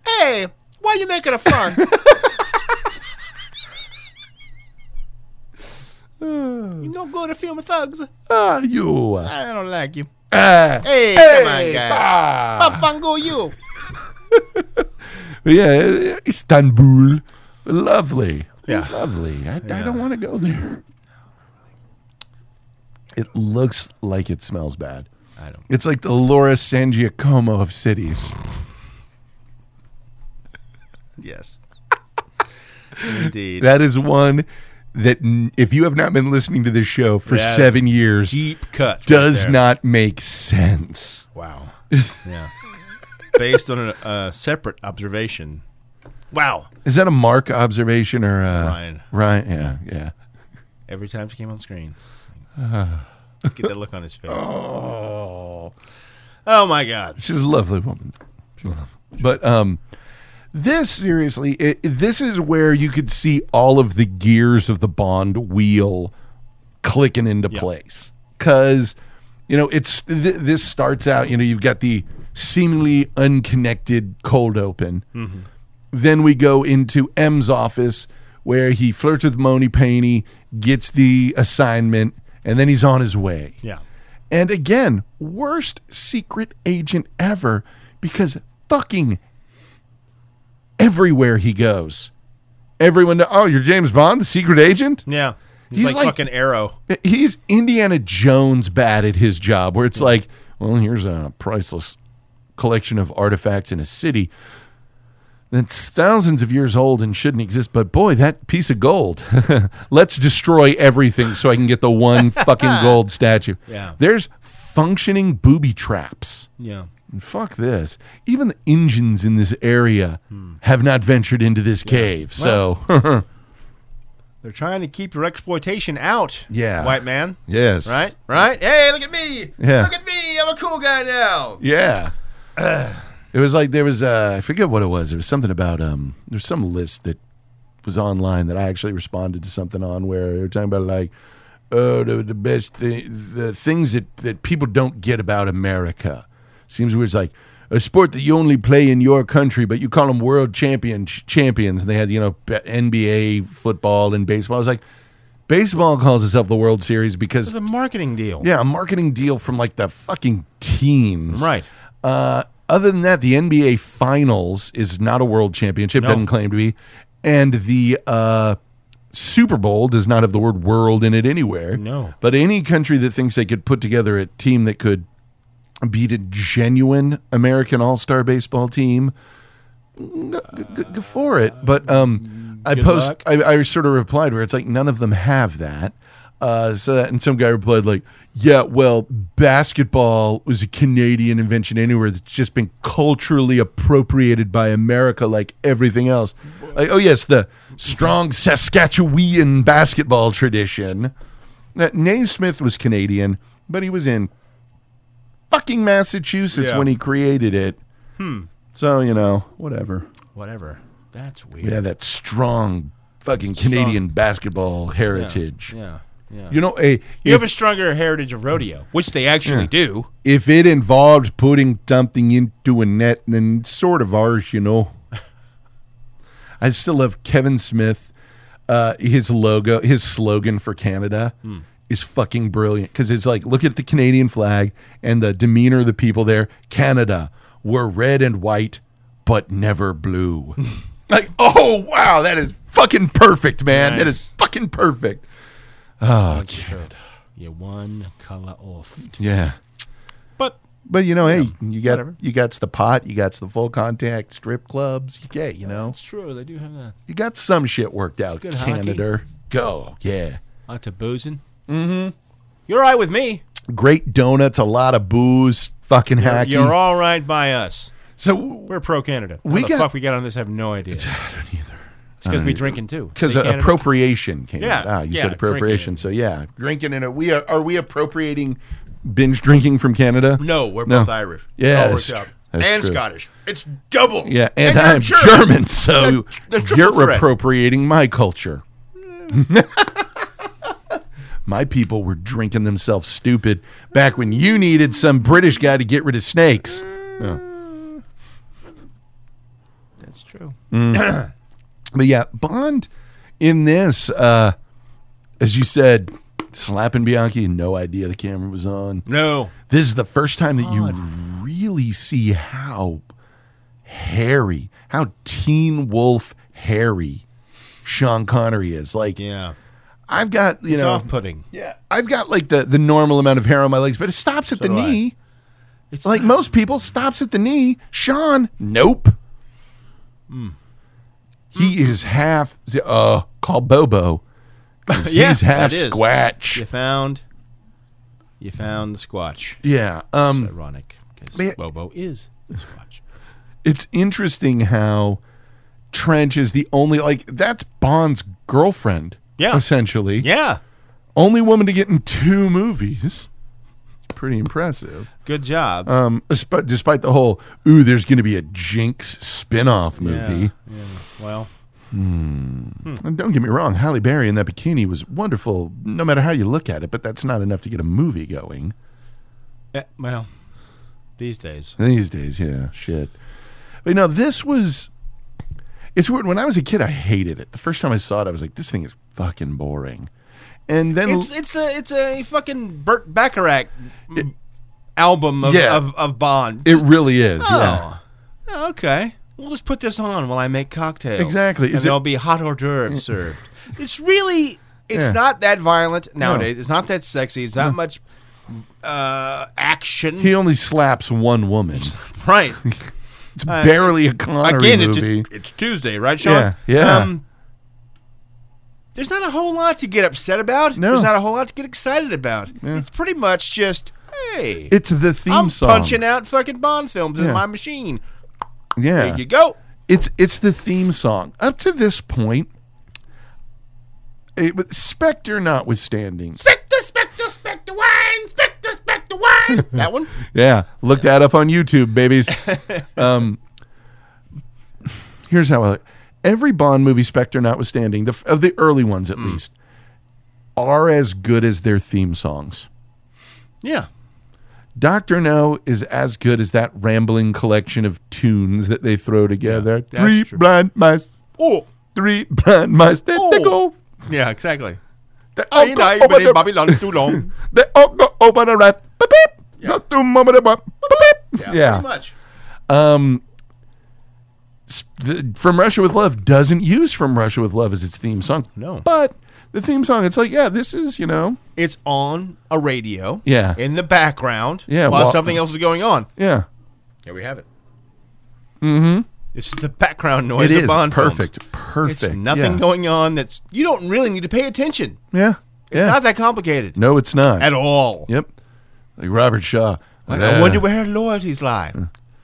Speaker 3: hey, why you making a fun? you no go to film thugs.
Speaker 2: ah, you. ah,
Speaker 3: I don't like you.
Speaker 2: ah,
Speaker 3: Hey, come on, guy.
Speaker 2: ah."
Speaker 3: Pop fungo you.
Speaker 2: yeah, Istanbul, lovely.
Speaker 3: Yeah.
Speaker 2: lovely. I, I don't want to go there. It looks like it smells bad.
Speaker 3: I don't.
Speaker 2: It's like the Laura San Giacomo of cities.
Speaker 3: Yes. Indeed.
Speaker 2: That is one that, n- if you have not been listening to this show for
Speaker 3: That is
Speaker 2: seven years,
Speaker 3: Deep cut. right
Speaker 2: does
Speaker 3: there.
Speaker 2: not make sense.
Speaker 3: Wow. Yeah. Based on a uh, separate observation. Wow.
Speaker 2: Is that a Mark observation or uh,
Speaker 3: Ryan.
Speaker 2: Ryan, yeah, yeah.
Speaker 3: Every time she came on screen. Get that look on his face. Oh. Oh my God.
Speaker 2: She's a lovely woman. She's lovely. But um, this seriously, it, this is where you could see all of the gears of the Bond wheel clicking into place because you know it's th- this starts out. You know, you've got the seemingly unconnected cold open. Then we go into M's office where he flirts with Moni Paney, gets the assignment, and then he's on his way.
Speaker 3: Yeah.
Speaker 2: And again, worst secret agent ever because fucking everywhere he goes, everyone, know, oh, you're James Bond, the secret agent?
Speaker 3: Yeah. He's,
Speaker 2: He's
Speaker 3: like,
Speaker 2: like-
Speaker 3: fucking arrow.
Speaker 2: He's Indiana Jones bad at his job, where it's like, well, here's a priceless collection of artifacts in a city that's thousands of years old and shouldn't exist, but boy, that piece of gold. Let's destroy everything so I can get the one fucking gold statue.
Speaker 3: Yeah.
Speaker 2: There's functioning booby traps.
Speaker 3: Yeah.
Speaker 2: And fuck this. Even the engines in this area have not ventured into this cave. So,
Speaker 3: They're trying to keep your exploitation out.
Speaker 2: Yeah.
Speaker 3: White man.
Speaker 2: yes.
Speaker 3: Right? Right? Hey, look at me.
Speaker 2: Yeah.
Speaker 3: Look at me. I'm a cool guy now.
Speaker 2: Yeah. it was like there was uh, I forget what it was. There was something about um there's some list that was online that I actually responded to something on where they were talking about like oh the, the best the, the things that that people don't get about America. Seems weird. It's like a sport that you only play in your country, but you call them world champion champions. And they had you know b- NBA football and baseball. I was like, baseball calls itself the World Series because
Speaker 3: It's a marketing deal.
Speaker 2: yeah, a marketing deal from like the fucking teens.
Speaker 3: Right.
Speaker 2: Uh, other than that, the NBA Finals is not a world championship, doesn't claim to be. And the uh, Super Bowl does not have the word world in it anywhere.
Speaker 3: No.
Speaker 2: But any country that thinks they could put together a team that could beat a genuine American All Star baseball team, go, go- go for it. But um, I
Speaker 3: Good
Speaker 2: post,
Speaker 3: luck.
Speaker 2: I, I sort of replied where it's like none of them have that. Uh, so that, and some guy replied like, "Yeah, well, basketball was a Canadian invention anywhere that's just been culturally appropriated by America, like everything else." Like, oh yes, the strong Saskatchewan basketball tradition. Now, Naismith was Canadian, but he was in fucking Massachusetts
Speaker 3: Yeah.
Speaker 2: when he created it. Hmm. So you know, whatever.
Speaker 3: Whatever. That's weird.
Speaker 2: Yeah, that strong fucking Canadian basketball heritage.
Speaker 3: Yeah. Yeah.
Speaker 2: You know, a,
Speaker 3: You
Speaker 2: if,
Speaker 3: have a stronger heritage of rodeo, which they actually do.
Speaker 2: if it involved putting something into a net, then it's sort of ours, you know. I still love Kevin Smith. Uh, his logo, his slogan for Canada is fucking brilliant because it's like, look at the Canadian flag and the demeanor of the people there. Canada, we're red and white, but never blue. like, oh, wow, that is fucking perfect, man. That is fucking perfect.
Speaker 3: Oh, you one color off.
Speaker 2: Yeah.
Speaker 3: But
Speaker 2: But you know, hey, you got
Speaker 3: whatever.
Speaker 2: you got the pot, you got the full contact strip clubs. Yeah, you know,
Speaker 3: it's true. They do have that.
Speaker 2: you got some shit worked out.
Speaker 3: Good hockey.
Speaker 2: Canada, go, yeah.
Speaker 3: Lots of boozing. Mm-hmm. You're all right with me.
Speaker 2: Great donuts, a lot of booze, fucking hacky.
Speaker 3: You're all right by us.
Speaker 2: so
Speaker 3: We're pro Canada. How
Speaker 2: We
Speaker 3: the
Speaker 2: got-
Speaker 3: fuck we got on this? I have no idea. It's because we drinking too.
Speaker 2: because
Speaker 3: Say Canada-
Speaker 2: appropriation came.
Speaker 3: Yeah,
Speaker 2: out. Ah, you
Speaker 3: yeah,
Speaker 2: said appropriation.
Speaker 3: drinking.
Speaker 2: So yeah, drinking in it. We are. Are we appropriating binge drinking from Canada?
Speaker 6: No, we're
Speaker 2: No.
Speaker 6: both Irish.
Speaker 2: Yeah,
Speaker 6: It all
Speaker 2: that's
Speaker 6: works
Speaker 2: tr-
Speaker 6: out.
Speaker 2: that's
Speaker 6: and
Speaker 2: true.
Speaker 6: Scottish. It's double.
Speaker 2: Yeah, and,
Speaker 6: you're
Speaker 2: I'm German, so
Speaker 6: They're- they're
Speaker 2: you're
Speaker 6: triple threat.
Speaker 2: appropriating my culture. my people were drinking themselves stupid back when you needed some British guy to get rid of snakes.
Speaker 3: That's true.
Speaker 2: But yeah, Bond in this, uh, as you said, slapping Bianchi, no idea the camera was on.
Speaker 6: No.
Speaker 2: This is the first time that you really see how hairy, how teen wolf hairy Sean Connery is. Like,
Speaker 6: Yeah.
Speaker 2: I've got you
Speaker 6: It's
Speaker 2: know,
Speaker 6: off putting.
Speaker 2: yeah, I've got like the the normal amount of hair on my legs, but it stops at the
Speaker 6: do I.
Speaker 2: knee.
Speaker 6: It's
Speaker 2: Like most people, stops at the knee. Sean, nope.
Speaker 6: Hmm.
Speaker 2: He is half uh called Bobo. 'Cause
Speaker 6: Yeah,
Speaker 2: he's half
Speaker 6: that is.
Speaker 2: squatch.
Speaker 6: You found. You found the Squatch.
Speaker 2: Yeah. Um.
Speaker 6: Ironic, because
Speaker 2: But yeah-
Speaker 6: Bobo is the Squatch.
Speaker 2: it's interesting how Trench is the only like that's Bond's girlfriend.
Speaker 3: Yeah.
Speaker 2: Essentially.
Speaker 3: Yeah.
Speaker 2: Only woman to get in two movies. It's pretty impressive.
Speaker 6: Good job.
Speaker 2: Um, esp- despite the whole, ooh, there's going to be a Jinx spin-off movie.
Speaker 6: well,
Speaker 2: And don't get me wrong, Halle Berry in that bikini was wonderful, no matter how you look at it. But that's not enough to get a movie going
Speaker 6: eh, well, these days.
Speaker 2: these days. Yeah, shit. But no, this was. It's weird. When I was a kid, I hated it. The first time I saw it, I was like, "This thing is fucking boring." And then
Speaker 6: It's it's a it's a fucking Burt Bacharach mm, album of,
Speaker 2: Yeah.
Speaker 6: of, of Bond.
Speaker 2: it really is. Yeah.
Speaker 6: oh, okay. We'll just put this on while I make cocktails.
Speaker 2: Exactly.
Speaker 6: and
Speaker 2: Is it-
Speaker 6: there'll be hot hors d'oeuvres served. It's really it's
Speaker 2: Yeah.
Speaker 6: not that violent nowadays. It's not that sexy. It's not much uh, action.
Speaker 2: He only slaps one woman.
Speaker 6: right.
Speaker 2: It's barely a Connery
Speaker 6: Again, it's,
Speaker 2: movie.
Speaker 6: it's Tuesday, right, Sean? Um,
Speaker 2: yeah, yeah.
Speaker 6: there's not a whole lot to get upset about.
Speaker 2: No.
Speaker 6: There's not a whole lot to get excited about. It's pretty much just, hey,
Speaker 2: it's the theme
Speaker 6: I'm
Speaker 2: song.
Speaker 6: punching out fucking Bond films
Speaker 2: Yeah.
Speaker 6: in my machine.
Speaker 2: Yeah.
Speaker 6: There you go.
Speaker 2: It's it's the theme song. Up to this point, it, was- Spectre notwithstanding.
Speaker 6: Spectre, Spectre, Spectre wine, Spectre, Spectre wine. that one?
Speaker 2: Yeah, look that up on YouTube, babies. um, here's how I, every Bond movie, Spectre notwithstanding, the, f- of the early ones at
Speaker 6: Hmm.
Speaker 2: least, are as good as their theme songs.
Speaker 6: Yeah.
Speaker 2: Doctor No is as good as that rambling collection of tunes that they throw together.
Speaker 6: that's
Speaker 2: three
Speaker 6: true.
Speaker 2: blind mice,
Speaker 6: Oh,
Speaker 2: three blind mice, they, they
Speaker 6: Oh.
Speaker 2: go.
Speaker 6: yeah, exactly.
Speaker 2: They all
Speaker 6: I
Speaker 2: go
Speaker 6: died
Speaker 2: over
Speaker 6: but in
Speaker 2: the-
Speaker 6: Babylon too long.
Speaker 2: They all go over the rat. Beep, beep. Not too mama the bop. Beep, beep.
Speaker 6: Pretty much.
Speaker 2: S- the- From Russia with Love doesn't use From Russia with Love as its theme song.
Speaker 6: No.
Speaker 2: But the theme song, it's like, yeah, this is, you know,
Speaker 6: It's on a radio.
Speaker 2: Yeah.
Speaker 6: In the background.
Speaker 2: Yeah,
Speaker 6: While
Speaker 2: well-
Speaker 6: something else is going on.
Speaker 2: yeah.
Speaker 6: Here we have it. Mm-hmm. This is the background
Speaker 3: Oh,
Speaker 6: noise
Speaker 2: Mm-hmm. It
Speaker 6: of
Speaker 2: is
Speaker 6: Bond films.
Speaker 2: perfect. Perfect.
Speaker 6: It's nothing
Speaker 2: yeah.
Speaker 6: going on that's you don't really need to pay attention.
Speaker 2: Yeah.
Speaker 3: It's
Speaker 2: Yeah.
Speaker 3: not that complicated
Speaker 2: No, it's not.
Speaker 3: at all.
Speaker 2: Yep. Like Robert Shaw.
Speaker 3: Like,
Speaker 2: Yeah. Mm.
Speaker 3: I wonder where loyalties lie.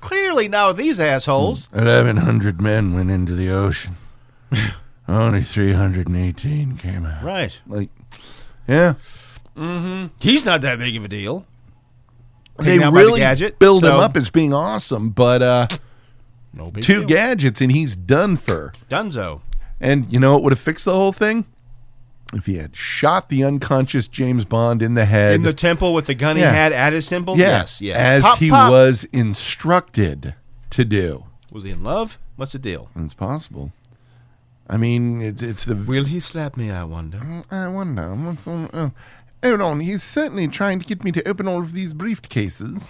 Speaker 3: Clearly, now these assholes.
Speaker 2: 1,100 men went into the ocean. Only 318 came out.
Speaker 3: Right.
Speaker 2: Like, yeah.
Speaker 3: He's not that big of a deal.
Speaker 2: They
Speaker 3: Taken out by the
Speaker 2: really
Speaker 3: gadget,
Speaker 2: build him
Speaker 3: so-
Speaker 2: up as being awesome, but uh,
Speaker 3: No big
Speaker 2: two
Speaker 3: deal.
Speaker 2: gadgets and he's done for.
Speaker 3: Dunzo.
Speaker 2: And you know what would have fixed the whole thing? If he had shot the unconscious James Bond in the head.
Speaker 3: In the temple with the gun
Speaker 2: Yeah.
Speaker 3: he had at his temple?
Speaker 2: Yeah,
Speaker 3: Yes, yes.
Speaker 2: As
Speaker 3: Pop,
Speaker 2: he
Speaker 3: pop.
Speaker 2: was instructed to do.
Speaker 3: Was he in love? What's the deal?
Speaker 2: It's possible. I mean, it's, it's the
Speaker 3: Will he slap me, I wonder?
Speaker 2: I wonder. what's on- oh. Hold on, he's certainly trying to get me to open all of these briefcases.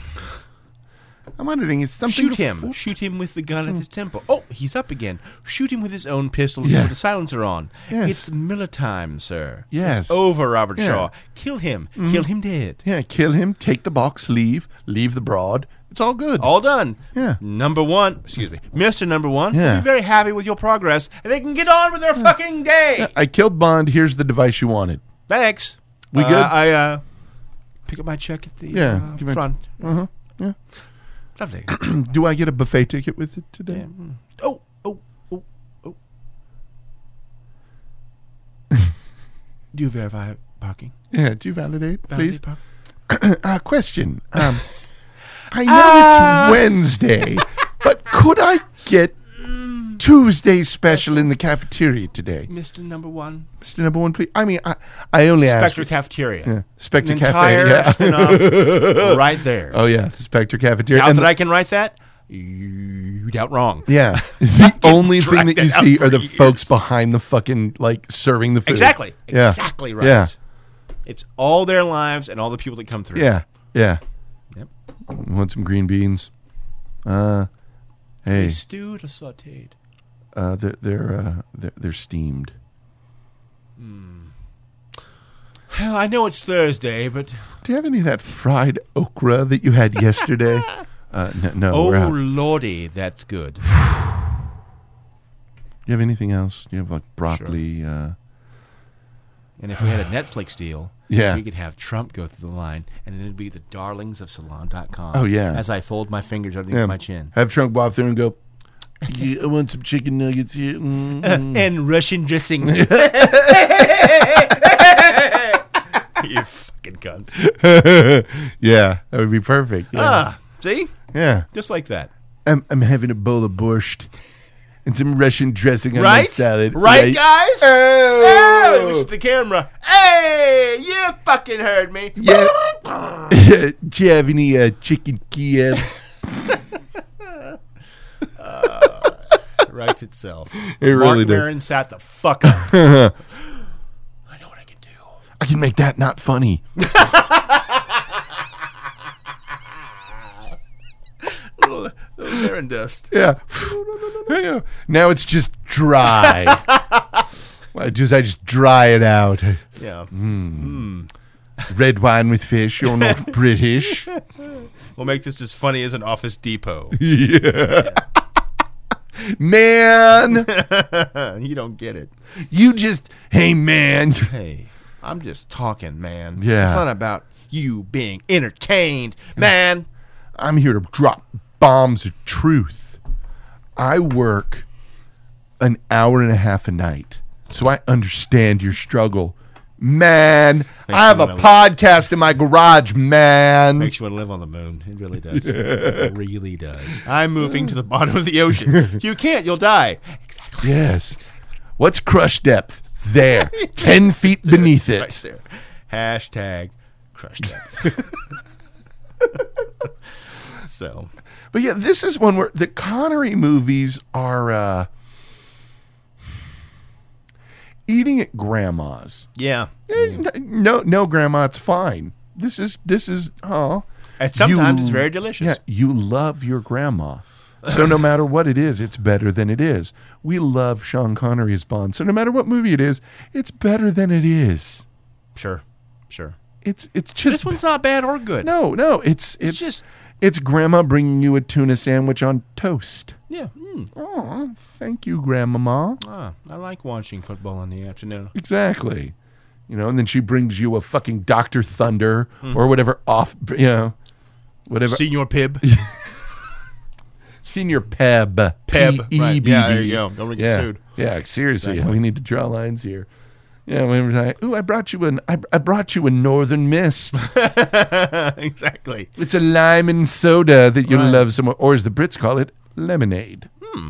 Speaker 2: I'm wondering, is something Hmm.
Speaker 3: Shoot him.
Speaker 2: afoot?
Speaker 3: Shoot him with the gun at his temple. Oh, he's up again. Shoot him with his own pistol
Speaker 2: Yeah.
Speaker 3: with a silencer on.
Speaker 2: Yes.
Speaker 3: It's Miller time, sir.
Speaker 2: Yes.
Speaker 3: It's over, Robert
Speaker 2: Yeah. Mm-hmm.
Speaker 3: Shaw. Kill him. Kill him dead.
Speaker 2: Yeah, kill him, take the box, leave, leave the broad. It's all good.
Speaker 3: All done.
Speaker 2: Yeah.
Speaker 3: Number one, excuse me, Mr. Number One,
Speaker 2: Yeah.
Speaker 3: will be very happy with your progress, and they can get on with their fucking day.
Speaker 2: I killed Bond. Here's the device you wanted.
Speaker 3: Thanks.
Speaker 2: We
Speaker 3: Uh,
Speaker 2: good?
Speaker 3: I uh, pick up my check at the
Speaker 2: Yeah,
Speaker 3: uh,
Speaker 2: give me-
Speaker 3: front.
Speaker 2: Uh-huh, yeah.
Speaker 3: Lovely.
Speaker 2: Do I get a buffet ticket with it today?
Speaker 3: oh, oh, oh, oh. Do you verify parking?
Speaker 2: Yeah, do you validate, please?
Speaker 3: Validate park-
Speaker 2: Uh, question. Um, I know
Speaker 3: Ah.
Speaker 2: it's Wednesday, but could I get Tuesday special in the cafeteria today?
Speaker 3: Mr. Number One,
Speaker 2: Mr. Number One, please. I mean, I, I only
Speaker 3: Spectre
Speaker 2: asked.
Speaker 3: Cafeteria.
Speaker 2: Spectre
Speaker 3: An
Speaker 2: Cafe.
Speaker 3: entire
Speaker 2: Yeah.
Speaker 3: spin-off right there.
Speaker 2: Oh, yeah. Spectre Cafeteria.
Speaker 3: Doubt
Speaker 2: And
Speaker 3: that
Speaker 2: the-
Speaker 3: I can write that? You doubt wrong.
Speaker 2: yeah. The only thing that
Speaker 3: dragged
Speaker 2: you
Speaker 3: that out
Speaker 2: see are
Speaker 3: for
Speaker 2: the
Speaker 3: years.
Speaker 2: folks behind the fucking, like, serving the food.
Speaker 3: Exactly.
Speaker 2: Yeah.
Speaker 3: Exactly right.
Speaker 2: Yeah.
Speaker 3: It's all their lives and all the people that come through.
Speaker 2: Yeah. Yeah.
Speaker 3: Yep.
Speaker 2: Want some green beans? Uh, hey.
Speaker 3: They stewed or sauteed.
Speaker 2: Uh, they're, they're, uh, they're, they're steamed.
Speaker 3: Well, I know it's Thursday, but
Speaker 2: Do you have any of that fried okra that you had yesterday? uh, no, no
Speaker 3: oh
Speaker 2: we're out. Do
Speaker 3: lordy, that's good.
Speaker 2: you have anything else? Do you have like broccoli? Uh,
Speaker 3: And if we had a Netflix deal,
Speaker 2: Yeah.
Speaker 3: we could have Trump go through the line, and then it'd be the darlings of salon.com.
Speaker 2: Oh, yeah.
Speaker 3: As I fold my fingers underneath
Speaker 2: yeah.
Speaker 3: my chin.
Speaker 2: Have Trunk Bob there and go. "Yeah, I want some chicken nuggets here. Mm, mm."
Speaker 3: And Russian dressing. you fucking cunts.
Speaker 2: yeah, that would be perfect. Yeah,
Speaker 3: Ah, see?
Speaker 2: yeah.
Speaker 3: Just like that.
Speaker 2: I'm, I'm having a bowl of borscht and some Russian dressing on my
Speaker 3: Right?
Speaker 2: salad.
Speaker 3: Right, guys?
Speaker 2: Oh.
Speaker 3: Oh, he looks at the camera. Hey, you fucking heard me.
Speaker 2: Yeah. Do you have any uh, chicken Kiev?
Speaker 3: writes itself.
Speaker 2: It really
Speaker 3: Mark
Speaker 2: does.
Speaker 3: Maron sat the fuck up. I know what I can do.
Speaker 2: I can make that not funny.
Speaker 3: Little, little Maron dust.
Speaker 2: Yeah. Yeah. now it's just dry. I just I just dry it out.
Speaker 3: Yeah.
Speaker 2: Red wine with fish. You're not British.
Speaker 3: We'll make this as funny as an Office Depot.
Speaker 2: Man,
Speaker 3: you don't get it.
Speaker 2: you just hey man.
Speaker 3: Hey, I'm just talking, man.
Speaker 2: Yeah.
Speaker 3: It's not about you being entertained, man.
Speaker 2: I'm here to drop bombs of truth. I work an hour and a half a night. So I understand your struggle. Man, I have a
Speaker 3: Lilo.
Speaker 2: podcast in my garage, man.
Speaker 3: Makes you want to live on the moon. It really does. It really does. I'm moving to the bottom of the ocean. You can't. You'll die. Exactly.
Speaker 2: Yes. What's crush depth? There. 10 feet beneath it.
Speaker 3: Right there. Hashtag crushed so,
Speaker 2: But yeah, this is one where the Connery movies are uh, eating at grandma's.
Speaker 3: yeah.
Speaker 2: Eh,
Speaker 3: Mm.
Speaker 2: n- No, no, grandma, it's fine. This is, this is, oh.
Speaker 3: And sometimes it's very delicious.
Speaker 2: Yeah, you love your grandma. So no matter what it is, it's better than it is. We love Sean Connery as Bond. So no matter what movie it is, it's better than it is.
Speaker 3: Sure. Sure.
Speaker 2: It's it's just
Speaker 3: This one's not bad or good.
Speaker 2: No, no, it's it's
Speaker 3: just-
Speaker 2: it's grandma bringing you a tuna sandwich on toast.
Speaker 3: Yeah.
Speaker 2: Oh, thank you, grandmama.
Speaker 3: Ah, I like watching football in the afternoon.
Speaker 2: Exactly. You know, and then she brings you a fucking Doctor Thunder
Speaker 3: Mm-hmm.
Speaker 2: or whatever off, you know, whatever
Speaker 3: Senior Pib.
Speaker 2: senior Peb
Speaker 3: Peb,
Speaker 2: P E B
Speaker 3: right.
Speaker 2: B.
Speaker 3: Yeah, there you go. Don't wanna get
Speaker 2: yeah.
Speaker 3: sued.
Speaker 2: Yeah, like, seriously, we need to draw lines here. Yeah, we were like, "Ooh, I brought you an I, I brought you a Northern Mist.
Speaker 3: exactly.
Speaker 2: It's a lime and soda that you
Speaker 3: Right.
Speaker 2: love so much, or as the Brits call it, lemonade. Hmm.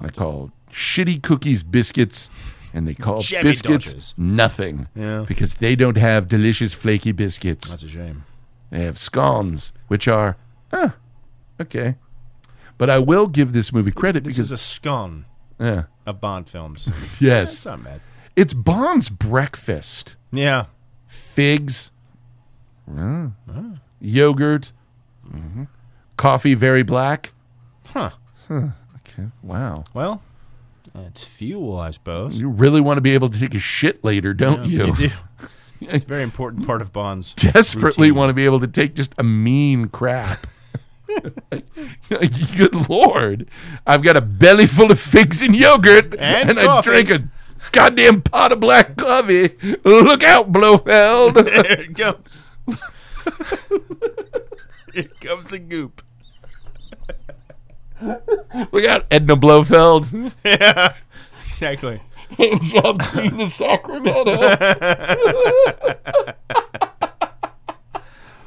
Speaker 2: I call shitty cookies biscuits, and they call
Speaker 3: Chevy
Speaker 2: biscuits
Speaker 3: Dodgers.
Speaker 2: nothing.
Speaker 3: Yeah.
Speaker 2: Because they don't have delicious flaky biscuits.
Speaker 3: That's a shame.
Speaker 2: They have scones, which are, ah, okay. But I will give this movie credit
Speaker 3: This
Speaker 2: because,
Speaker 3: is a scone
Speaker 2: yeah,
Speaker 3: of Bond films. That's
Speaker 2: yes,
Speaker 3: not bad.
Speaker 2: it's Bond's breakfast.
Speaker 3: Yeah.
Speaker 2: Figs,
Speaker 3: Ah.
Speaker 2: Mm. yogurt,
Speaker 3: Mm-hmm.
Speaker 2: Mhm. coffee, very black.
Speaker 3: Huh.
Speaker 2: Okay, wow.
Speaker 3: Well, it's fuel, I suppose.
Speaker 2: You really want to be able to take a shit later, don't you?
Speaker 3: do. It's a very important part of Bond's.
Speaker 2: Desperately
Speaker 3: routine.
Speaker 2: want to be able to take just a mean crap. Good lord. I've got a belly full of figs and yogurt,
Speaker 3: And
Speaker 2: I
Speaker 3: coffee.
Speaker 2: drink a goddamn pot of black coffee. Look out, Blofeld.
Speaker 3: There it goes. Here comes the goop.
Speaker 2: Look out, Edna Blofeld.
Speaker 3: Yeah. Exactly.
Speaker 2: Job Queen of Sacramento.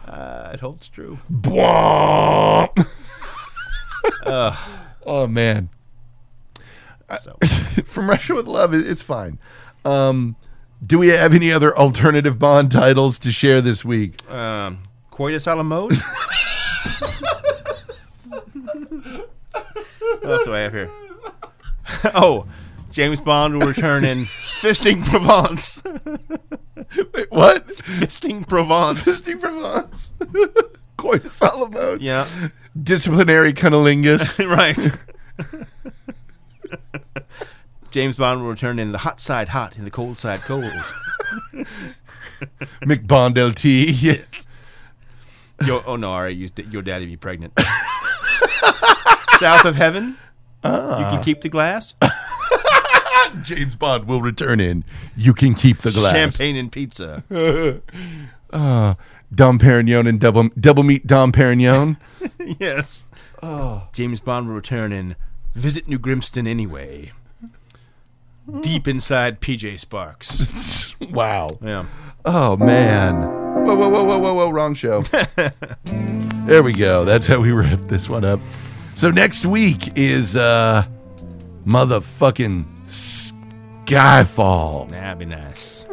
Speaker 3: That Uh, holds true.
Speaker 2: Bwomp. oh, man.
Speaker 3: So.
Speaker 2: From Russia with Love, it- it's fine. Um, do we have any other alternative Bond titles to share this week?
Speaker 3: Um, coitus a la mode? what else do I have here? oh, James Bond will return in Fisting Provence.
Speaker 2: Wait, what?
Speaker 3: Fisting Provence.
Speaker 2: Fisting Provence. Coitus a la mode.
Speaker 3: Yeah.
Speaker 2: Disciplinary cunnilingus.
Speaker 3: right. James Bond will return in the hot side hot and the cold side cold.
Speaker 2: McBond LT. Yes.
Speaker 3: Yo, oh no, I already used it. Your daddy be pregnant. South of heaven. You can keep the glass.
Speaker 2: James Bond will return in. You can keep the glass. Uh,
Speaker 3: Champagne and pizza.
Speaker 2: Dom Perignon and double double meat Dom Perignon.
Speaker 3: yes. James Bond will return and visit New Grimston anyway. Deep inside PJ Sparks.
Speaker 2: wow.
Speaker 3: Yeah.
Speaker 2: Oh man. Whoa, whoa, whoa, whoa, whoa, whoa, wrong show. there we go. That's how we wrap this one up. So next week is uh motherfucking Skyfall.
Speaker 3: That'd be nice.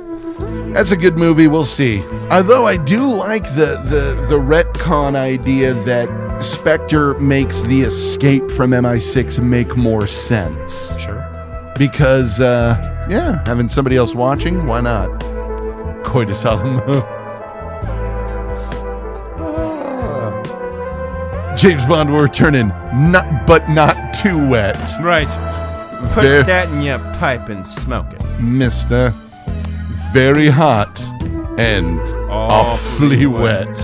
Speaker 2: That's a good movie. We'll see. Although I do like the the the retcon idea that Spectre makes the escape from MI6 make more sense
Speaker 3: Sure.
Speaker 2: because uh, yeah, having somebody else watching, why not? Coitus Alamo. Ah. James Bond will return in not but not too wet.
Speaker 3: Right. Put
Speaker 2: Very-
Speaker 3: that in your pipe and smoke it.
Speaker 2: Mister Very Hot and Awfully
Speaker 3: Awfully
Speaker 2: Wet.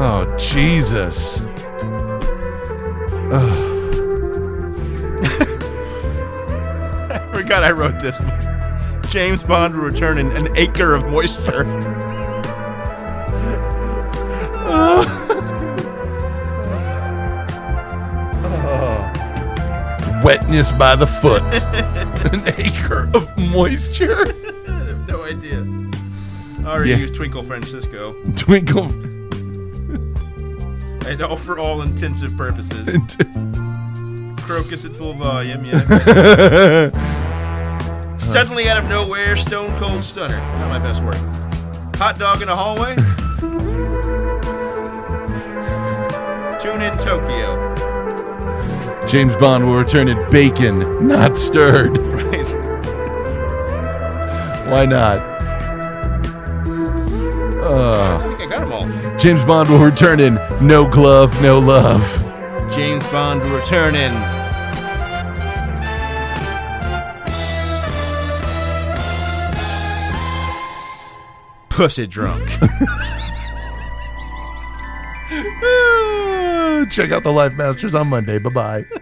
Speaker 2: Oh, Jesus.
Speaker 3: I forgot Oh I wrote this. James Bond will return in an acre of moisture.
Speaker 2: Wetness by the foot. An acre of moisture.
Speaker 3: I have no idea. I already
Speaker 2: Yeah.
Speaker 3: used Twinkle Francisco.
Speaker 2: Twinkle.
Speaker 3: And all for all intensive purposes. Crocus at full volume, yeah. Suddenly out of nowhere, stone cold stunner. Not my best work. Hot dog in a hallway. Tune in Tokyo.
Speaker 2: James Bond will return in bacon, not stirred.
Speaker 3: Right.
Speaker 2: Why not?
Speaker 3: I think I got them all.
Speaker 2: James Bond will return in no glove, no love.
Speaker 3: James Bond will return in. Pussy drunk.
Speaker 2: Check out the Life Masters on Monday. Bye bye.